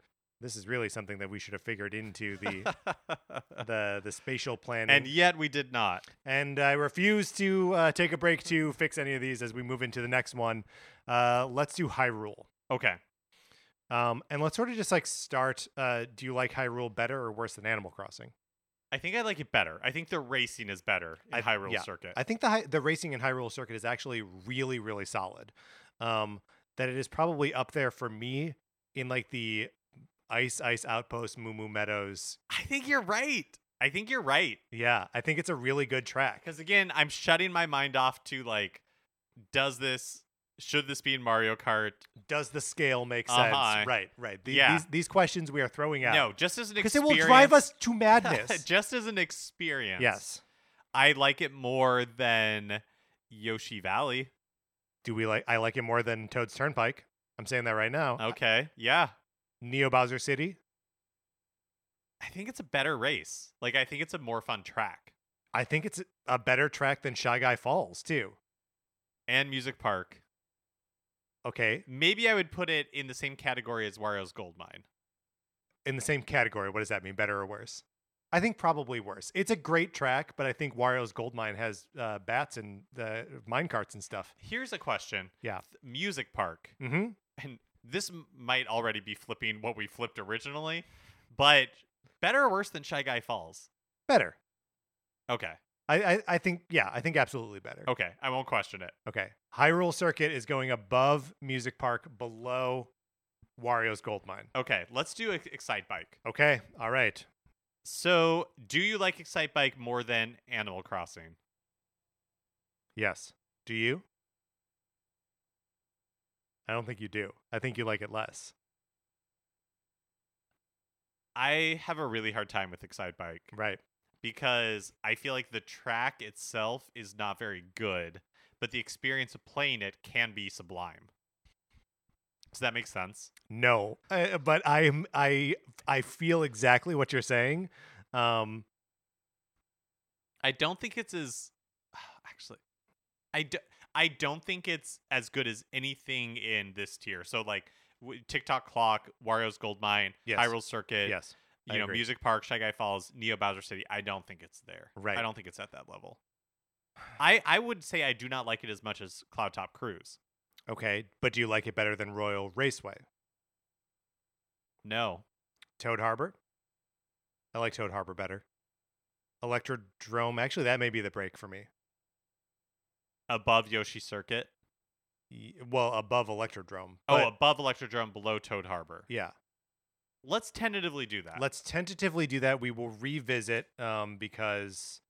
A: This is really something that we should have figured into the the, the spatial planning.
B: and yet we did not.
A: And I refuse to uh, take a break to fix any of these as we move into the next one. Uh, let's do Hyrule.
B: Okay.
A: Um, and let's sort of just like start. Uh, do you like Hyrule better or worse than Animal Crossing?
B: I think I like it better. I think the racing is better in
A: I-
B: Hyrule
A: yeah.
B: Circuit.
A: I think the hi- the racing in Hyrule Circuit is actually really really solid. Um, that it is probably up there for me in like the Ice Ice Outpost, Moo Moo Meadows.
B: I think you're right. I think you're right.
A: Yeah, I think it's a really good track.
B: Because again, I'm shutting my mind off to like, does this, should this be in Mario Kart?
A: Does the scale make sense?
B: Uh-huh.
A: Right, right. The-
B: Yeah.
A: These these questions we are throwing out
B: No, just as an
A: because
B: experience.
A: it will drive us to madness.
B: just as an experience.
A: yes.
B: I like it more than Yoshi Valley.
A: Do we like? I like it more than Toad's Turnpike. I'm saying that right now.
B: Okay. Yeah.
A: Neo Bowser City.
B: I think it's a better race. Like, I think it's a more fun track.
A: I think it's a better track than Shy Guy Falls too.
B: And Music Park.
A: Okay,
B: Maybe I would put it in the same category as Wario's Gold Mine.
A: in the same category. What does that mean? Better or worse? I think probably worse. It's a great track, but I think Wario's Goldmine has uh, bats and the mine carts and stuff.
B: Here's a question.
A: Yeah.
B: Th- Music Park.
A: Mm-hmm.
B: and this m- might already be flipping what we flipped originally, but better or worse than Shy Guy Falls?
A: Better.
B: Okay,
A: I, I I think yeah. I think absolutely better.
B: okay, I won't question it.
A: Okay. Hyrule Circuit is going above Music Park, below Wario's Gold Mine.
B: Okay, let's do Ex- Excite Bike.
A: Okay. All right.
B: So, do you like Excite Bike more than Animal Crossing?
A: Yes. Do you? I don't think you do. I think you like it less.
B: I have a really hard time with Excite Bike
A: Right.
B: because I feel like the track itself is not very good, but the experience of playing it can be sublime. Does that make sense?
A: No. Uh, but I'm I I feel exactly what you're saying. Um
B: I don't think it's as actually I do, I don't think it's as good as anything in this tier. So like w- TikTok Clock, Wario's Gold Mine,
A: Yes.
B: Hyrule Circuit,
A: yes. I
B: you know,
A: agree.
B: Music Park, Shy Guy Falls, Neo Bowser City. I don't think it's there.
A: Right.
B: I don't think it's at that level. I I would say I do not like it as much as Cloud Top Cruise.
A: Okay. But do you like it better than Royal Raceway?
B: No.
A: Toad Harbor? I like Toad Harbor better. Electrodrome. Actually, that may be the break for me.
B: Above Yoshi Circuit.
A: Y- Well, above Electrodrome.
B: Oh,
A: but-
B: above Electrodrome, below Toad Harbor.
A: yeah.
B: Let's tentatively do that.
A: Let's tentatively do that. We will revisit um, because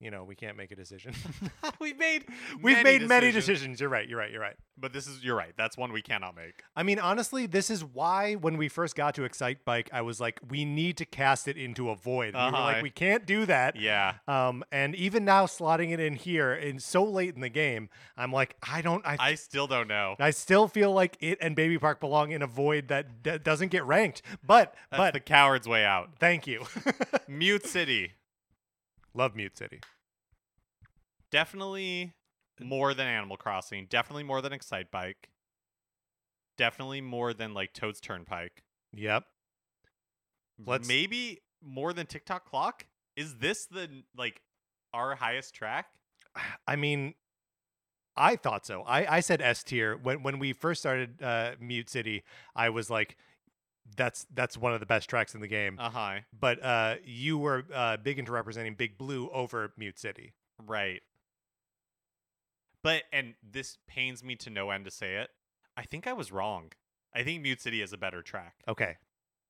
A: you know, we can't make a decision.
B: we've made
A: We've made many decisions. You're right. You're right. You're right.
B: but this is you're right. That's one we cannot make.
A: I mean, honestly, this is why when we first got to Excite Bike, I was like, we need to cast it into a void. And We were
B: Uh-huh.
A: like, we can't do that.
B: Yeah.
A: Um, and even now, slotting it in here and so late in the game, I'm like, I don't, I,
B: I still don't know.
A: I still feel like it and Baby Park belong in a void that d- doesn't get ranked. But,
B: That's
A: but,
B: the coward's way out.
A: thank you.
B: Mute City.
A: Love Mute City.
B: Definitely more than Animal Crossing. Definitely more than Excite Bike. Definitely more than like Toad's Turnpike.
A: Yep. Let's-
B: Maybe more than TikTok Clock? Is this the like our highest track?
A: I mean, I thought so. I, I said S tier when when we first started uh, Mute City. I was like, that's that's one of the best tracks in the game.
B: Uh-huh.
A: but uh, you were uh, big into representing Big Blue over Mute City.
B: Right. But and this pains me to no end to say it. I think I was wrong. I think Mute City is a better track.
A: Okay,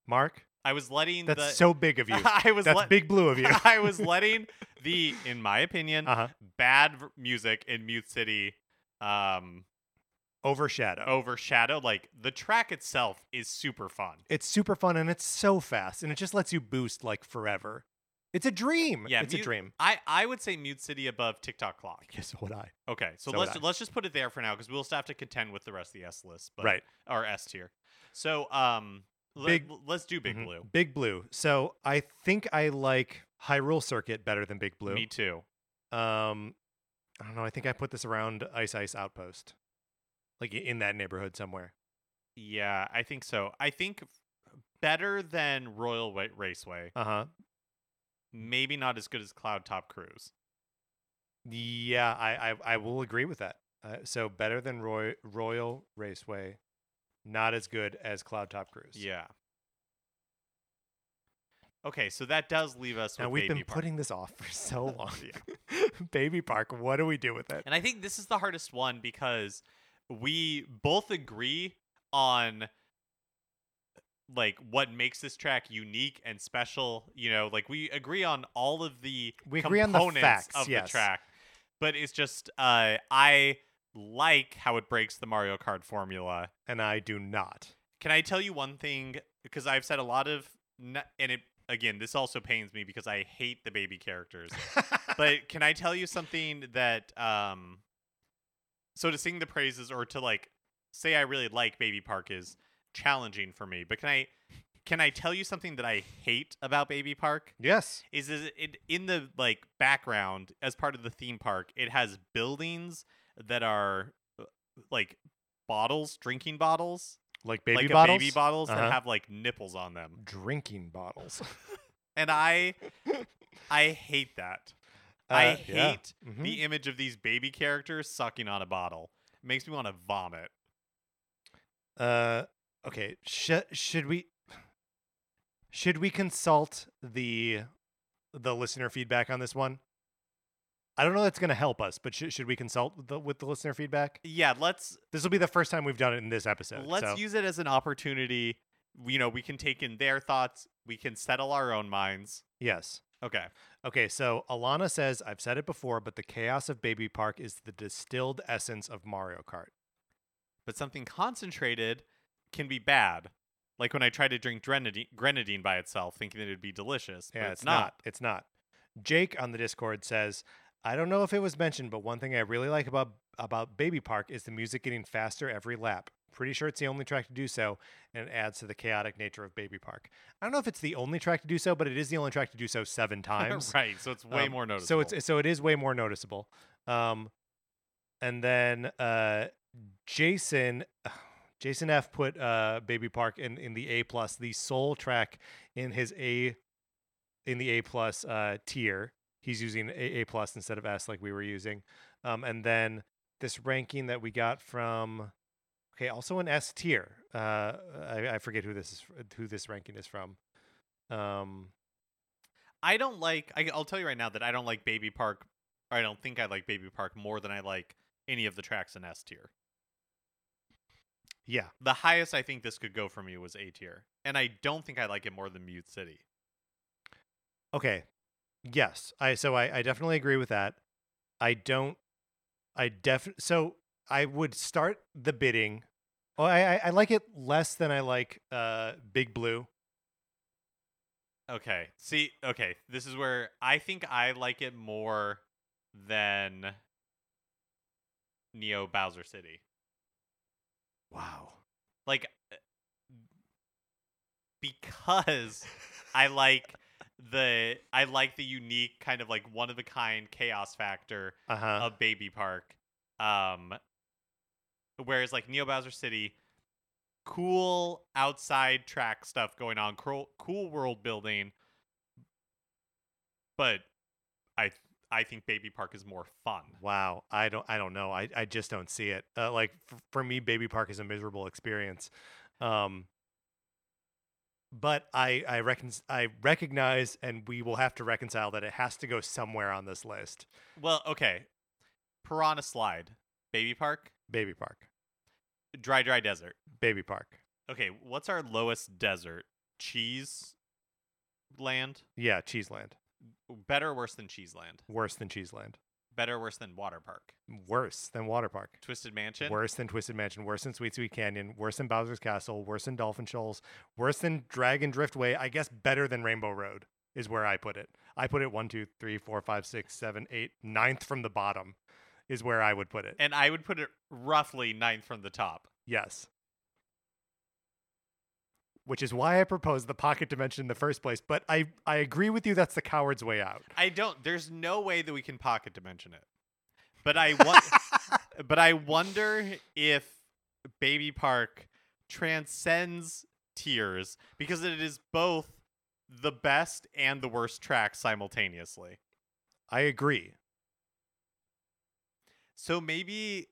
A: Mark,
B: I was letting
A: Oh. that's
B: the
A: so big of you.
B: Mm, I was
A: That's
B: let-
A: Big Blue of you. Uh-huh. uh
B: I was letting the in my opinion
A: huh.
B: bad v- music in Mute City um
A: Overshadow.
B: Oh. overshadow like the track itself is super fun.
A: It's super fun and it's so fast and it just lets you boost like forever. It's a dream.
B: Yeah,
A: it's
B: Mute-
A: a dream.
B: I I would say Mute City above TikTok Clock.
A: Yes, would I?
B: Okay, so,
A: So would
B: let's
A: I.
B: let's just put it there for now because we'll still have to contend with the rest of the S list, but,
A: right.
B: or S tier. So um, le-
A: Big-
B: let's do Big
A: Mhm.
B: Blue.
A: Big Blue. So I think I like Hyrule Circuit better than Big Blue.
B: Me too.
A: Um, I don't know. I think I put this around Ice Ice Outpost, like i- in that neighborhood somewhere.
B: Yeah, I think so. I think f- better than Royal Wa- Raceway.
A: Uh huh.
B: Maybe not as good as Cloud Top Cruise.
A: Yeah, I, I I will agree with that. Uh, so better than Roy, Royal Raceway, not as good as Cloud Top Cruise.
B: Yeah. Okay, so that does leave us
A: Now
B: with
A: we've
B: Baby
A: been
B: Park.
A: putting this off for so long. Baby Park, what do we do with it?
B: And I think this is the hardest one because we both agree on like what makes this track unique and special, you know, like we agree on all of the
A: We agree on
B: components
A: the facts,
B: of
A: yes.
B: the track. But it's just uh I like how it breaks the Mario Kart formula.
A: And I do not.
B: Can I tell you one thing? Because I've said a lot of, n- and it again, this also pains me because I hate the baby characters. but can I tell you something that, um, so to sing the praises or to like say I really like Baby Park is challenging for me. But can I, can I tell you something that I hate about Baby Park?
A: yes.
B: is is it in the like background as part of the theme park it has buildings that are uh, like bottles drinking bottles
A: Like baby
B: like
A: bottles.
B: A baby bottles
A: Uh-huh.
B: that have like nipples on them
A: Drinking bottles.
B: and i i hate that i
A: Uh,
B: hate
A: yeah. Mhm.
B: the image of these baby characters sucking on a bottle makes me want to vomit
A: Uh, okay. Sh- should we should we consult the the listener feedback on this one? I don't know that's going to help us, but sh- should we consult with the, with the listener feedback?
B: yeah let's
A: This will be the first time we've done it in this episode.
B: let's
A: so-
B: use it as an opportunity you know we can take in their thoughts we can settle our own minds
A: yes.
B: okay
A: Okay, so Alana says, I've said it before, but the chaos of Baby Park is the distilled essence of Mario Kart.
B: but something concentrated can be bad. Like when I tried to drink grenadine, grenadine by itself, thinking that it'd be delicious, but
A: Yeah,
B: it's, not.
A: It's not. Jake on the Discord says, I don't know if it was mentioned, but one thing I really like about about Baby Park is the music getting faster every lap. Pretty sure it's the only track to do so, and it adds to the chaotic nature of Baby Park. I don't know if it's the only track to do so, but it is the only track to do so seven times.
B: right, so it's way
A: Um,
B: more
A: So
B: noticeable.
A: it's so it is way more noticeable. Um, and then uh, Jason, Jason F put uh, Baby Park in in the A plus, the sole track in his A, in the A plus uh, tier. He's using A A plus instead of S like we were using. Um, and then this ranking that we got from. Okay, also an S tier. Uh, I, I forget who this is, f- who this ranking is from. Um,
B: I don't like. I, I'll tell you right now that I don't like Baby Park. Or I don't think I like Baby Park more than I like any of the tracks in S tier.
A: yeah,
B: The highest I think this could go for me was A tier, and I don't think I like it more than Mute City.
A: Okay. Yes, I so I, I definitely agree with that. I don't. I def so I would start the bidding. Oh, I I, I like it less than I like uh Big Blue.
B: Okay. See, okay. This is where I think I like it more than Neo Bowser City.
A: Wow.
B: Like uh, because I like the I like the unique kind of like one of a kind chaos factor
A: Uh huh.
B: of Baby Park. Um whereas like Neo Bowser City cool outside track stuff going on, cool, cool world building. But I I think Baby Park is more fun.
A: Wow. I don't. I don't know. I I just don't see it. Uh, like f- for me, Baby Park is a miserable experience. Um. But I I recon- I recognize, and we will have to reconcile that it has to go somewhere on this list.
B: Well, okay. Piranha Slide, Baby Park,
A: Baby Park.
B: Dry Dry Desert.
A: Baby Park.
B: Okay, what's our lowest desert? Cheese land?
A: Yeah, Cheeseland.
B: Better or worse than Cheeseland?
A: Worse than Cheeseland.
B: Better or worse than Water Park?
A: Worse than Water Park.
B: Twisted Mansion?
A: Worse than Twisted Mansion. Worse than Sweet Sweet Canyon. Worse than Bowser's Castle. Worse than Dolphin Shoals. Worse than Dragon Driftway. I guess better than Rainbow Road is where I put it. I put it one, two, three, four, five, six, seven, eight, ninth from the bottom is where I would put it.
B: And I would put it roughly ninth from the top.
A: Yes. Which is why I proposed the pocket dimension in the first place. But I, I agree with you. That's the coward's way out.
B: I don't. There's no way that we can pocket dimension it. But I want. but I wonder if Baby Park transcends tiers because it is both the best and the worst track simultaneously.
A: I agree.
B: So maybe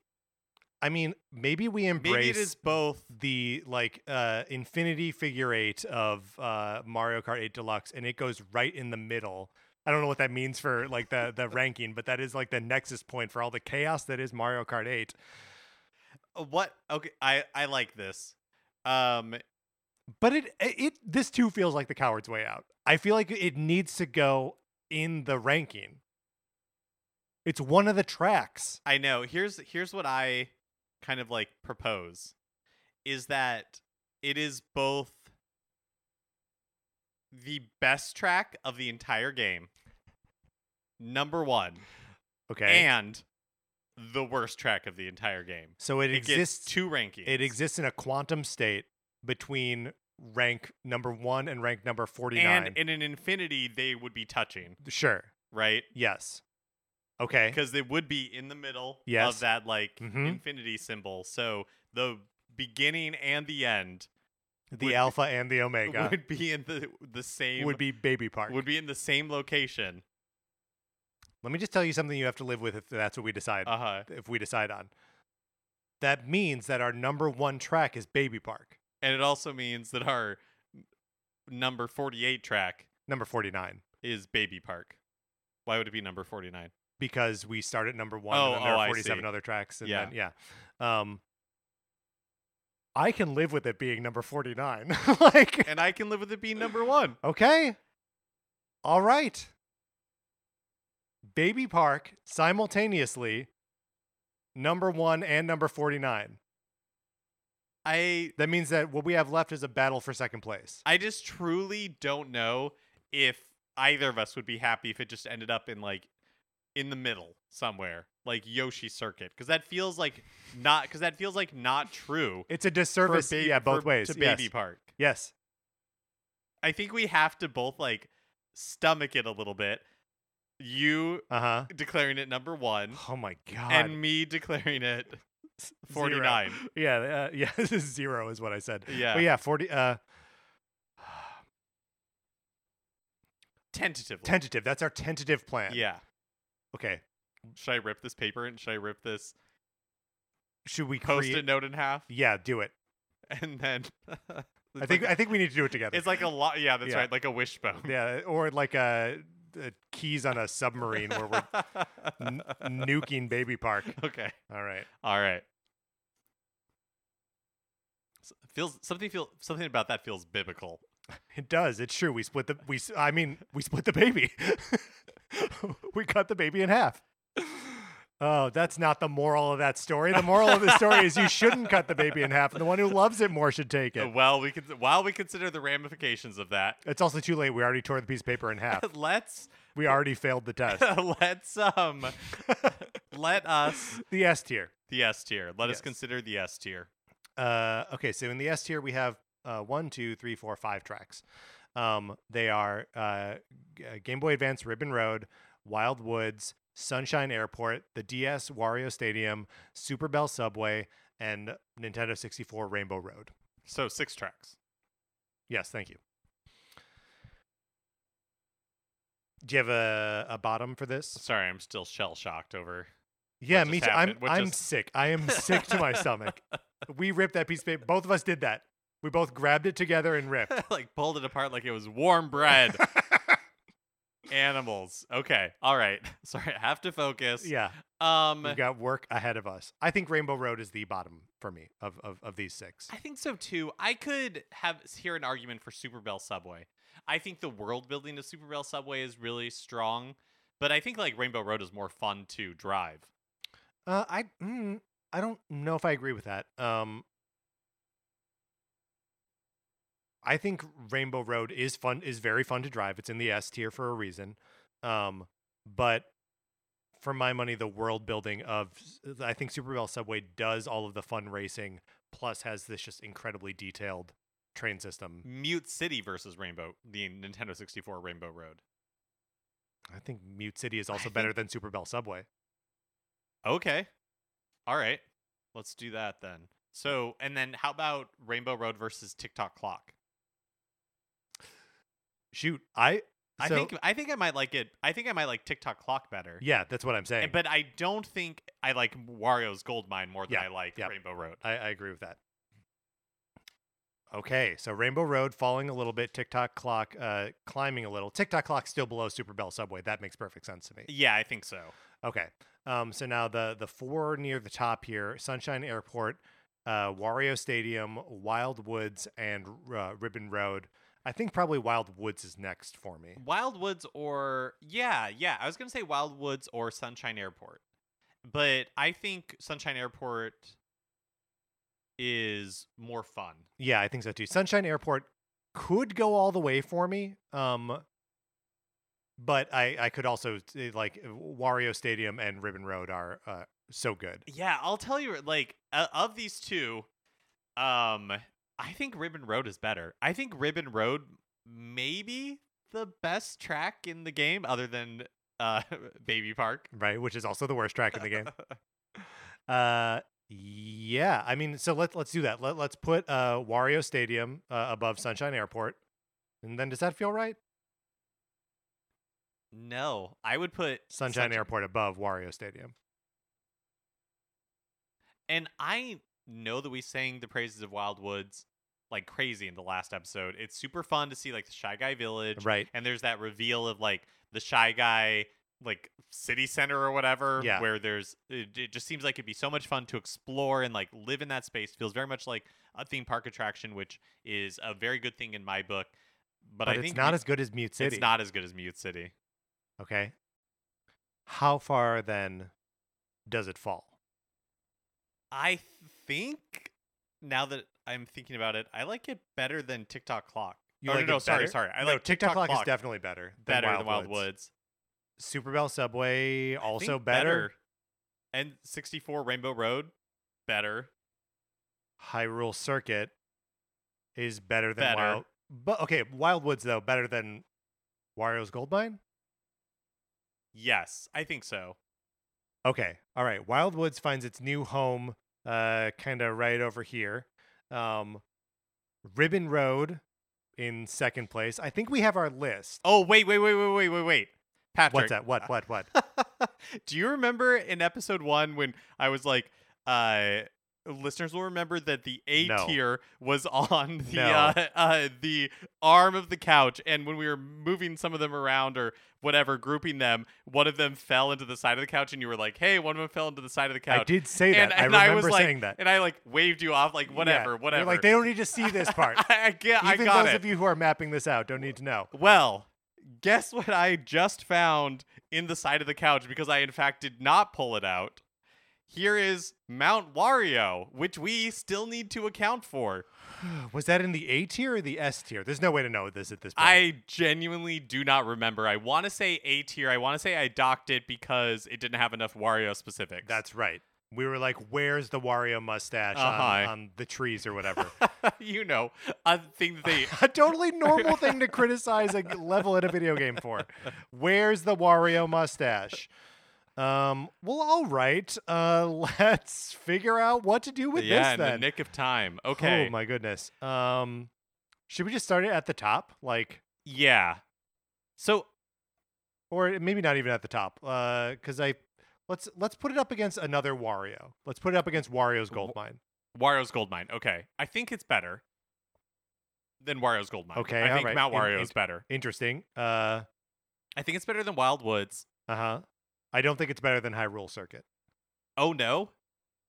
A: I mean, maybe we embrace
B: maybe it is both.
A: the like uh infinity figure eight of uh Mario Kart 8 Deluxe and it goes right in the middle. I don't know what that means for like the the ranking, but that is like the nexus point for all the chaos that is Mario Kart 8.
B: What? Okay, I I like this. Um,
A: But it it this too feels like the coward's way out. I feel like it needs to go in the ranking. It's one of the tracks.
B: I know. Here's here's what I kind of like propose is that it is both the best track of the entire game. Number 1
A: Okay.
B: and the worst track of the entire game.
A: so it,
B: It, gets
A: exists
B: two rankings.
A: it exists in a quantum state between rank number 1 and rank number 49.
B: and in an infinity they would be touching,
A: sure.
B: right?
A: Yes. Okay.
B: Because they would be in the middle
A: Yes.
B: of that like
A: Mhm.
B: infinity symbol. So the beginning and the end
A: The
B: would-
A: alpha and the omega
B: would be in the the same
A: would, be baby park.
B: would be in the same location.
A: Let me just tell you something you have to live with if that's what we decide
B: Uh huh.
A: if we decide on. That means that our number one track is baby park,
B: And it also means that our n- number forty-eight track
A: number 49,
B: is Baby Park. Why would it be number forty-nine?
A: because we start at number one
B: Oh,
A: and then there
B: oh,
A: are
B: I
A: 47
B: see.
A: other tracks and
B: Yeah.
A: then yeah. Um I can live with it being number 49. like
B: And I can live with it being number one.
A: okay. All right. Baby Park simultaneously number 1 and number 49.
B: I
A: That means that what we have left is a battle for second place.
B: I just truly don't know if either of us would be happy if it just ended up in like in the middle somewhere, like Yoshi Circuit, because that feels like not because that feels like not true.
A: It's a
B: for
A: disservice.
B: ba-
A: yeah, both
B: for-
A: ways.
B: to
A: yes.
B: Baby Park.
A: yes.
B: I think we have to both like stomach it a little bit. You
A: Uh huh.
B: declaring it number one,
A: Oh my god.
B: Mm-hmm. and me declaring it forty nine.
A: Zero. Yeah. Uh, yeah. This is zero is what I said.
B: Yeah.
A: But yeah, forty. Uh,
B: tentatively.
A: tentative. That's our tentative plan.
B: yeah.
A: Okay.
B: Should I rip this paper and should I rip this
A: Should we create?
B: post-it note in half
A: Yeah. Do it.
B: and then?
A: I think. I think we need to do it together.
B: it's like a lot. Yeah, that's
A: Yeah.
B: right. Like a wishbone.
A: yeah. Or like a, uh keys on a submarine where we're n- nuking Baby Park.
B: okay.
A: All right.
B: All right. S- Feels something feel something about that feels biblical.
A: It does. It's true. We split the we. s- I mean, we split the baby. we cut the baby in half. Oh, that's not the moral of that story. The moral of the story is you shouldn't cut the baby in half, and the one who loves it more should take it.
B: Well, we could while we consider the ramifications of that.
A: It's also too late. We already tore the piece of paper in half.
B: Let's
A: We already failed the test.
B: let's um let us
A: The S tier.
B: the S tier. Let us
A: Yes.
B: consider the S tier.
A: Uh, okay, so in the S tier, we have uh, one, two, three, four, five tracks. Um, they are uh, G- uh, Game Boy Advance Ribbon Road, Wild Woods, Sunshine Airport, the DS Wario Stadium, Super Bell Subway, and Nintendo 64 Rainbow Road.
B: So six tracks.
A: Yes, thank you. Do you have a, a bottom for this?
B: Sorry, I'm still shell shocked over.
A: Yeah,
B: just
A: me too. I'm,
B: happened? What
A: I'm
B: just-
A: sick. I am sick to my stomach. We ripped that piece of paper. Both of us did that. We both grabbed it together and ripped.
B: like pulled it apart like it was warm bread. Animals. Okay. All right. Sorry, I have to focus.
A: Yeah,
B: Um
A: we've got work ahead of us. I think Rainbow Road is the bottom for me of of, of these six.
B: I think so too. I could have s- hear an argument for Super Bell Subway. I think the world building of Super Bell Subway is really strong, but I think like Rainbow Road is more fun to drive.
A: Uh, I mm, I don't know if I agree with that. Um, I think Rainbow Road is fun is very fun to drive. It's in the S tier for a reason. Um, but for my money, the world building of s- I think Super Bell Subway does all of the fun racing, plus has this just incredibly detailed train system.
B: Mute City versus Rainbow, the Nintendo 64 Rainbow Road.
A: I think Mute City is
B: I
A: also better than Super Bell Subway.
B: Okay. All right. Let's do that then. So, and then how about Rainbow Road versus TikTok Clock?
A: Shoot, I
B: I
A: so-
B: think I think I might like it. I think I might like TikTok Clock better.
A: yeah, that's what I'm saying.
B: And- But I don't think I like Wario's Gold Mine more than
A: Yeah,
B: I like
A: yeah.
B: Rainbow Road.
A: I, I agree with that. Okay, so Rainbow Road falling a little bit, TikTok Clock uh, climbing a little. TikTok Clock still below Super Bell Subway. That makes perfect sense to me.
B: Yeah, I think so.
A: Okay, um, so now the the four near the top here: Sunshine Airport, uh, Wario Stadium, Wild Woods, and uh, Ribbon Road. I think probably Wild Woods is next for me.
B: Wildwoods or yeah, yeah. I was gonna say Wildwoods or Sunshine Airport, but I think Sunshine Airport is more fun.
A: Yeah, I think so too. Sunshine Airport could go all the way for me. Um but I I could also say, like uh, Wario Stadium and Ribbon Road are uh, so good.
B: Yeah, I'll tell you like uh, of these two, um, I think Ribbon Road is better. I think Ribbon Road maybe the best track in the game, other than uh Baby Park.
A: Right, which is also the worst track in the game. Uh yeah, I mean so let's let's do that. Let, let's put uh Wario Stadium uh, above Sunshine Airport. And then does that feel right?
B: No, I would put
A: Sunshine Airport above Wario Stadium.
B: And I know that we sang the praises of Wild Woods like crazy in the last episode. It's super fun to see like the Shy Guy Village.
A: Right.
B: And there's that reveal of like the Shy Guy like city center or whatever
A: Yeah.
B: where there's it, it just seems like it'd be so much fun to explore and like live in that space feels very much like a theme park attraction which is a very good thing in my book but,
A: But,
B: i
A: it's
B: think
A: not
B: Mute-
A: as good as Mute City.
B: it's not as good as mute city
A: Okay. How far then does it fall?
B: i think now that i'm thinking about it i like it better than tiktok clock
A: You
B: Oh,
A: like
B: no, no,
A: it
B: sorry,
A: better?
B: sorry. I
A: no,
B: like
A: TikTok,
B: TikTok
A: Clock,
B: Clock
A: is definitely better than
B: better
A: Wild
B: than Wild
A: Woods.
B: Woods.
A: Superbell Subway
B: I
A: also
B: think
A: better.
B: And 64 Rainbow Road, better.
A: Hyrule Circuit is better than
B: Better.
A: Wild. But okay, Wild Woods though better than Wario's Gold Mine.
B: Yes, I think so.
A: Okay, all right. Wild Woods finds its new home, uh, kind of right over here. Um, Ribbon Road in second place. I think we have our list.
B: Oh, wait, wait, wait, wait, wait, wait, wait. Patrick.
A: What's that? What? What? What?
B: Do you remember in episode one when I was like, uh, listeners will remember that the A
A: No.
B: tier was on the
A: No.
B: uh, uh, the arm of the couch, and when we were moving some of them around or whatever, grouping them, one of them fell into the side of the couch, and you were like, "Hey, one of them fell into the side of the couch."
A: I did say that.
B: and,
A: I
B: and
A: remember
B: was like,
A: saying that.
B: and I like waved you off, like
A: Yeah.
B: whatever,
A: You're
B: whatever.
A: Like they don't need to see this part.
B: I, I get, I
A: Even
B: got
A: those
B: it.
A: of you who are mapping this out don't need to know.
B: Well, guess what I just found in the side of the couch because I, in fact, did not pull it out. Here is Mount Wario, which we still need to account for.
A: Was that in the A tier or the S tier? There's no way to know this at this point.
B: I genuinely do not remember. I want to say A tier. I want to say I docked it because it didn't have enough Wario specifics.
A: That's right. We were like, "Where's the Wario mustache on-
B: Uh-huh.
A: on the trees or whatever?"
B: you know a thing that they
A: a totally normal thing to criticize a g- level in a video game for. Where's the Wario mustache? Um, well, all right. Uh, let's figure out what to do with
B: yeah
A: this
B: in the
A: then.
B: nick of time. Okay,
A: Oh my goodness. Um, should we just start it at the top, like,
B: yeah. So
A: or maybe not even at the top? Uh, because I let's let's put it up against another Wario. Let's put it up against Wario's
B: W-
A: Goldmine.
B: Wario's Goldmine. Okay. I think it's better than Wario's Goldmine.
A: Okay,
B: I
A: all
B: think
A: right.
B: Mount
A: In-
B: Wario
A: in-
B: is better.
A: Interesting. Uh,
B: I think it's better than Wild Woods.
A: uh huh. I don't think it's better than Hyrule Circuit.
B: Oh no.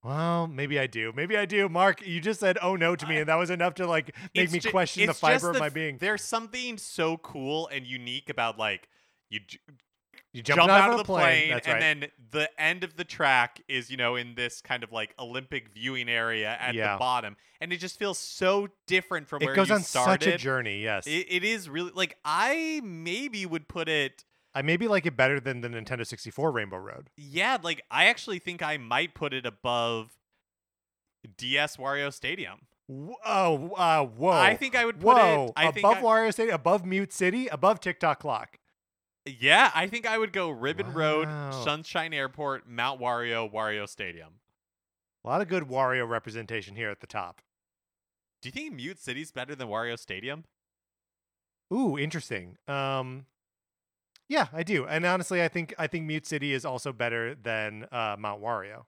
A: Well, maybe I do. Maybe I do. Mark, you just said "oh no" to me, and that was enough to like make
B: It's
A: me
B: ju-
A: question the
B: it's just
A: fiber of
B: the
A: my
B: f-
A: being.
B: There's something so cool and unique about like you j-
A: You
B: jump,
A: jumped
B: out of the plane,
A: That's
B: and
A: right.
B: then the end of the track is, you know, in this kind of like Olympic viewing area at
A: Yeah.
B: the bottom. And it just feels so different from
A: it
B: where
A: goes
B: you
A: on
B: started.
A: such a journey. Yes,
B: It- it is really like I maybe would put it
A: I maybe like it better than the Nintendo 64 Rainbow Road.
B: Yeah, like I actually think I might put it above DS Wario Stadium.
A: Wh- Oh, uh, whoa!
B: I think I would put
A: whoa
B: it I think
A: above
B: I-
A: Wario State, above Mute City, above TikTok Clock.
B: Yeah, I think I would go Ribbon
A: Wow.
B: Road, Sunshine Airport, Mount Wario, Wario Stadium.
A: A lot of good Wario representation here at the top.
B: Do you think Mute City's better than Wario Stadium?
A: Ooh, interesting. Um, yeah, I do. And honestly, I think I think Mute City is also better than uh, Mount Wario.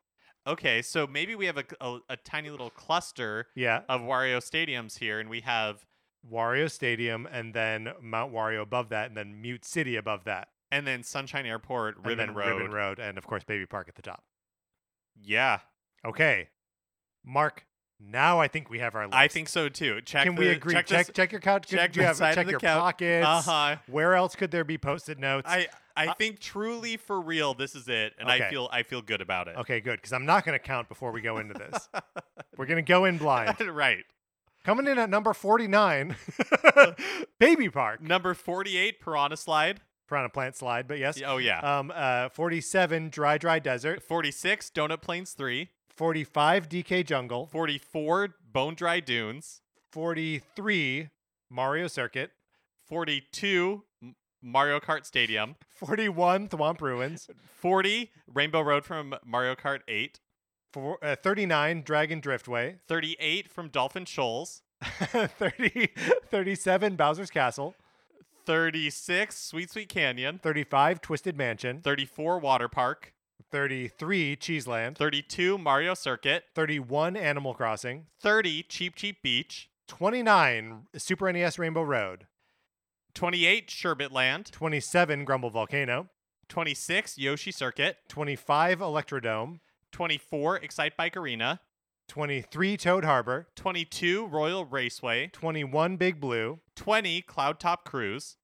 B: Okay, so maybe we have a, a, a tiny little cluster
A: Yeah,
B: of Wario Stadiums here, and we have,
A: Wario Stadium and then Mount Wario above that and then Mute City above that.
B: and then Sunshine Airport,
A: and
B: Ribbon
A: then
B: Road.
A: Ribbon Road and of course Baby Park at the top.
B: Yeah,
A: Okay. Mark, now I think we have our list.
B: I think so too. Check
A: Can
B: the,
A: we agree? Check check, your couch.
B: check
A: do you
B: the
A: have-
B: side of
A: check
B: the
A: your
B: couch.
A: pockets.
B: Uh huh.
A: Where else could there be post-it notes?
B: I I
A: I-
B: think truly for real, this is it, and
A: Uh, Okay.
B: I feel I feel good about it.
A: okay, good, because I'm not going to count before we go into this. We're going to go in blind.
B: right.
A: Coming in at number 49, Baby Park.
B: Number forty-eight, Piranha Slide.
A: Piranha Plant Slide, but yes.
B: Oh yeah.
A: Um, uh, 47, Dry Dry Desert.
B: Forty-six, Donut Plains Three.
A: 45, DK Jungle.
B: Forty-four, Bone Dry Dunes.
A: 43 Mario Circuit,
B: Forty-two, M- Mario Kart Stadium.
A: 41 Thwomp Ruins,
B: Forty, Rainbow Road from Mario Kart Eight.
A: four, uh, 39 Dragon Driftway,
B: Thirty-eight from Dolphin Shoals.
A: 30, 37 Bowser's Castle,
B: Thirty-six, Sweet Sweet Canyon.
A: 35 Twisted Mansion,
B: Thirty-four, Water Park.
A: 33 Cheeseland,
B: Thirty-two, Mario Circuit.
A: 31 Animal Crossing,
B: Thirty, Cheap Cheap Beach.
A: 29 Super NES Rainbow Road,
B: 28 Sherbet Land,
A: 27 Grumble Volcano,
B: 26 Yoshi Circuit,
A: 25 Electrodome,
B: 24 Excite Bike Arena,
A: 23 Toad Harbor,
B: 22 Royal Raceway,
A: 21 Big Blue,
B: 20 Cloud Top Cruise,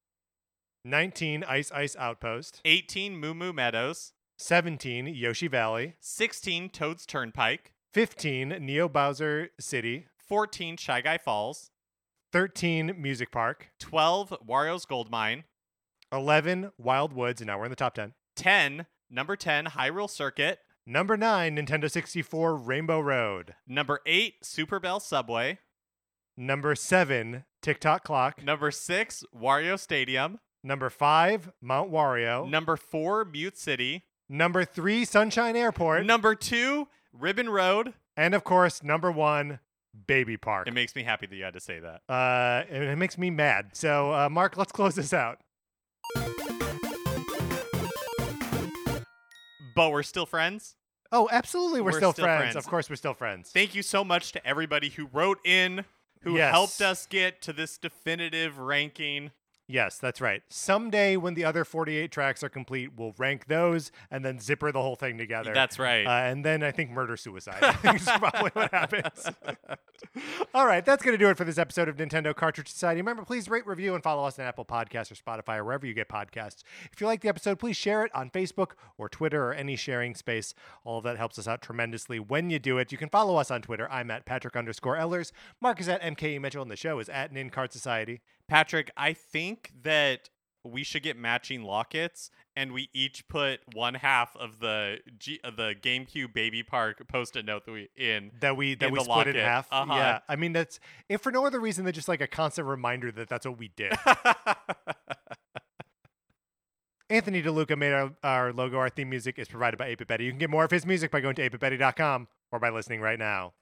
A: 19 Ice Ice Outpost,
B: 18 Moo Moo Meadows,
A: 17 Yoshi Valley,
B: 16 Toad's Turnpike,
A: 15 Neo Bowser City,
B: 14 Shy Guy Falls,
A: 13 Music Park,
B: 12 Wario's Gold Mine,
A: 11 Wild Woods, and now we're in the top 10.
B: 10 Number 10 Hyrule Circuit,
A: Number 9 Nintendo 64 Rainbow Road.
B: Number 8 Super Bell Subway,
A: Number 7 TikTok Clock.
B: Number 6 Wario Stadium,
A: Number 5 Mount Wario.
B: Number 4 Mute City,
A: Number 3 Sunshine Airport,
B: Number 2 Ribbon Road.
A: and of course number 1 Baby Park.
B: It makes me happy that you had to say that.
A: Uh, and it makes me mad. So, uh, Mark, let's close this out.
B: but we're still friends.
A: Oh, absolutely. We're,
B: We're
A: still,
B: still
A: friends.
B: friends.
A: Of course, we're still friends.
B: Thank you so much to everybody who wrote in, who
A: Yes.
B: helped us get to this definitive ranking.
A: yes, that's right. Someday, when the other 48 tracks are complete, we'll rank those and then zipper the whole thing together.
B: That's right.
A: Uh, and then I think murder suicide is probably what happens. All right, that's going to do it for this episode of Nintendo Cartridge Society. Remember, please rate, review, and follow us on Apple Podcasts or Spotify or wherever you get podcasts. If you like the episode, please share it on Facebook or Twitter or any sharing space. All of that helps us out tremendously when you do it. You can follow us on Twitter. I'm at Patrick underscore Ellers. Mark is at MKE Mitchell, and the show is at Nin Card Society.
B: Patrick, I think that we should get matching lockets and we each put one half of the G- uh, the GameCube Baby Park post-it note that we in.
A: That we that
B: In
A: we
B: the
A: split in
B: locket.
A: half.
B: Uh-huh.
A: Yeah, I mean that's if for no other reason than just like a constant reminder that that's what we did. Anthony DeLuca made our, our logo. Our theme music is provided by Ape Betty. You can get more of his music by going to apeatbetty.com or by listening right now.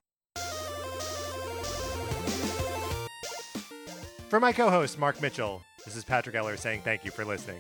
A: For my co host, Mark Mitchell, this is Patrick Eller saying thank you for listening.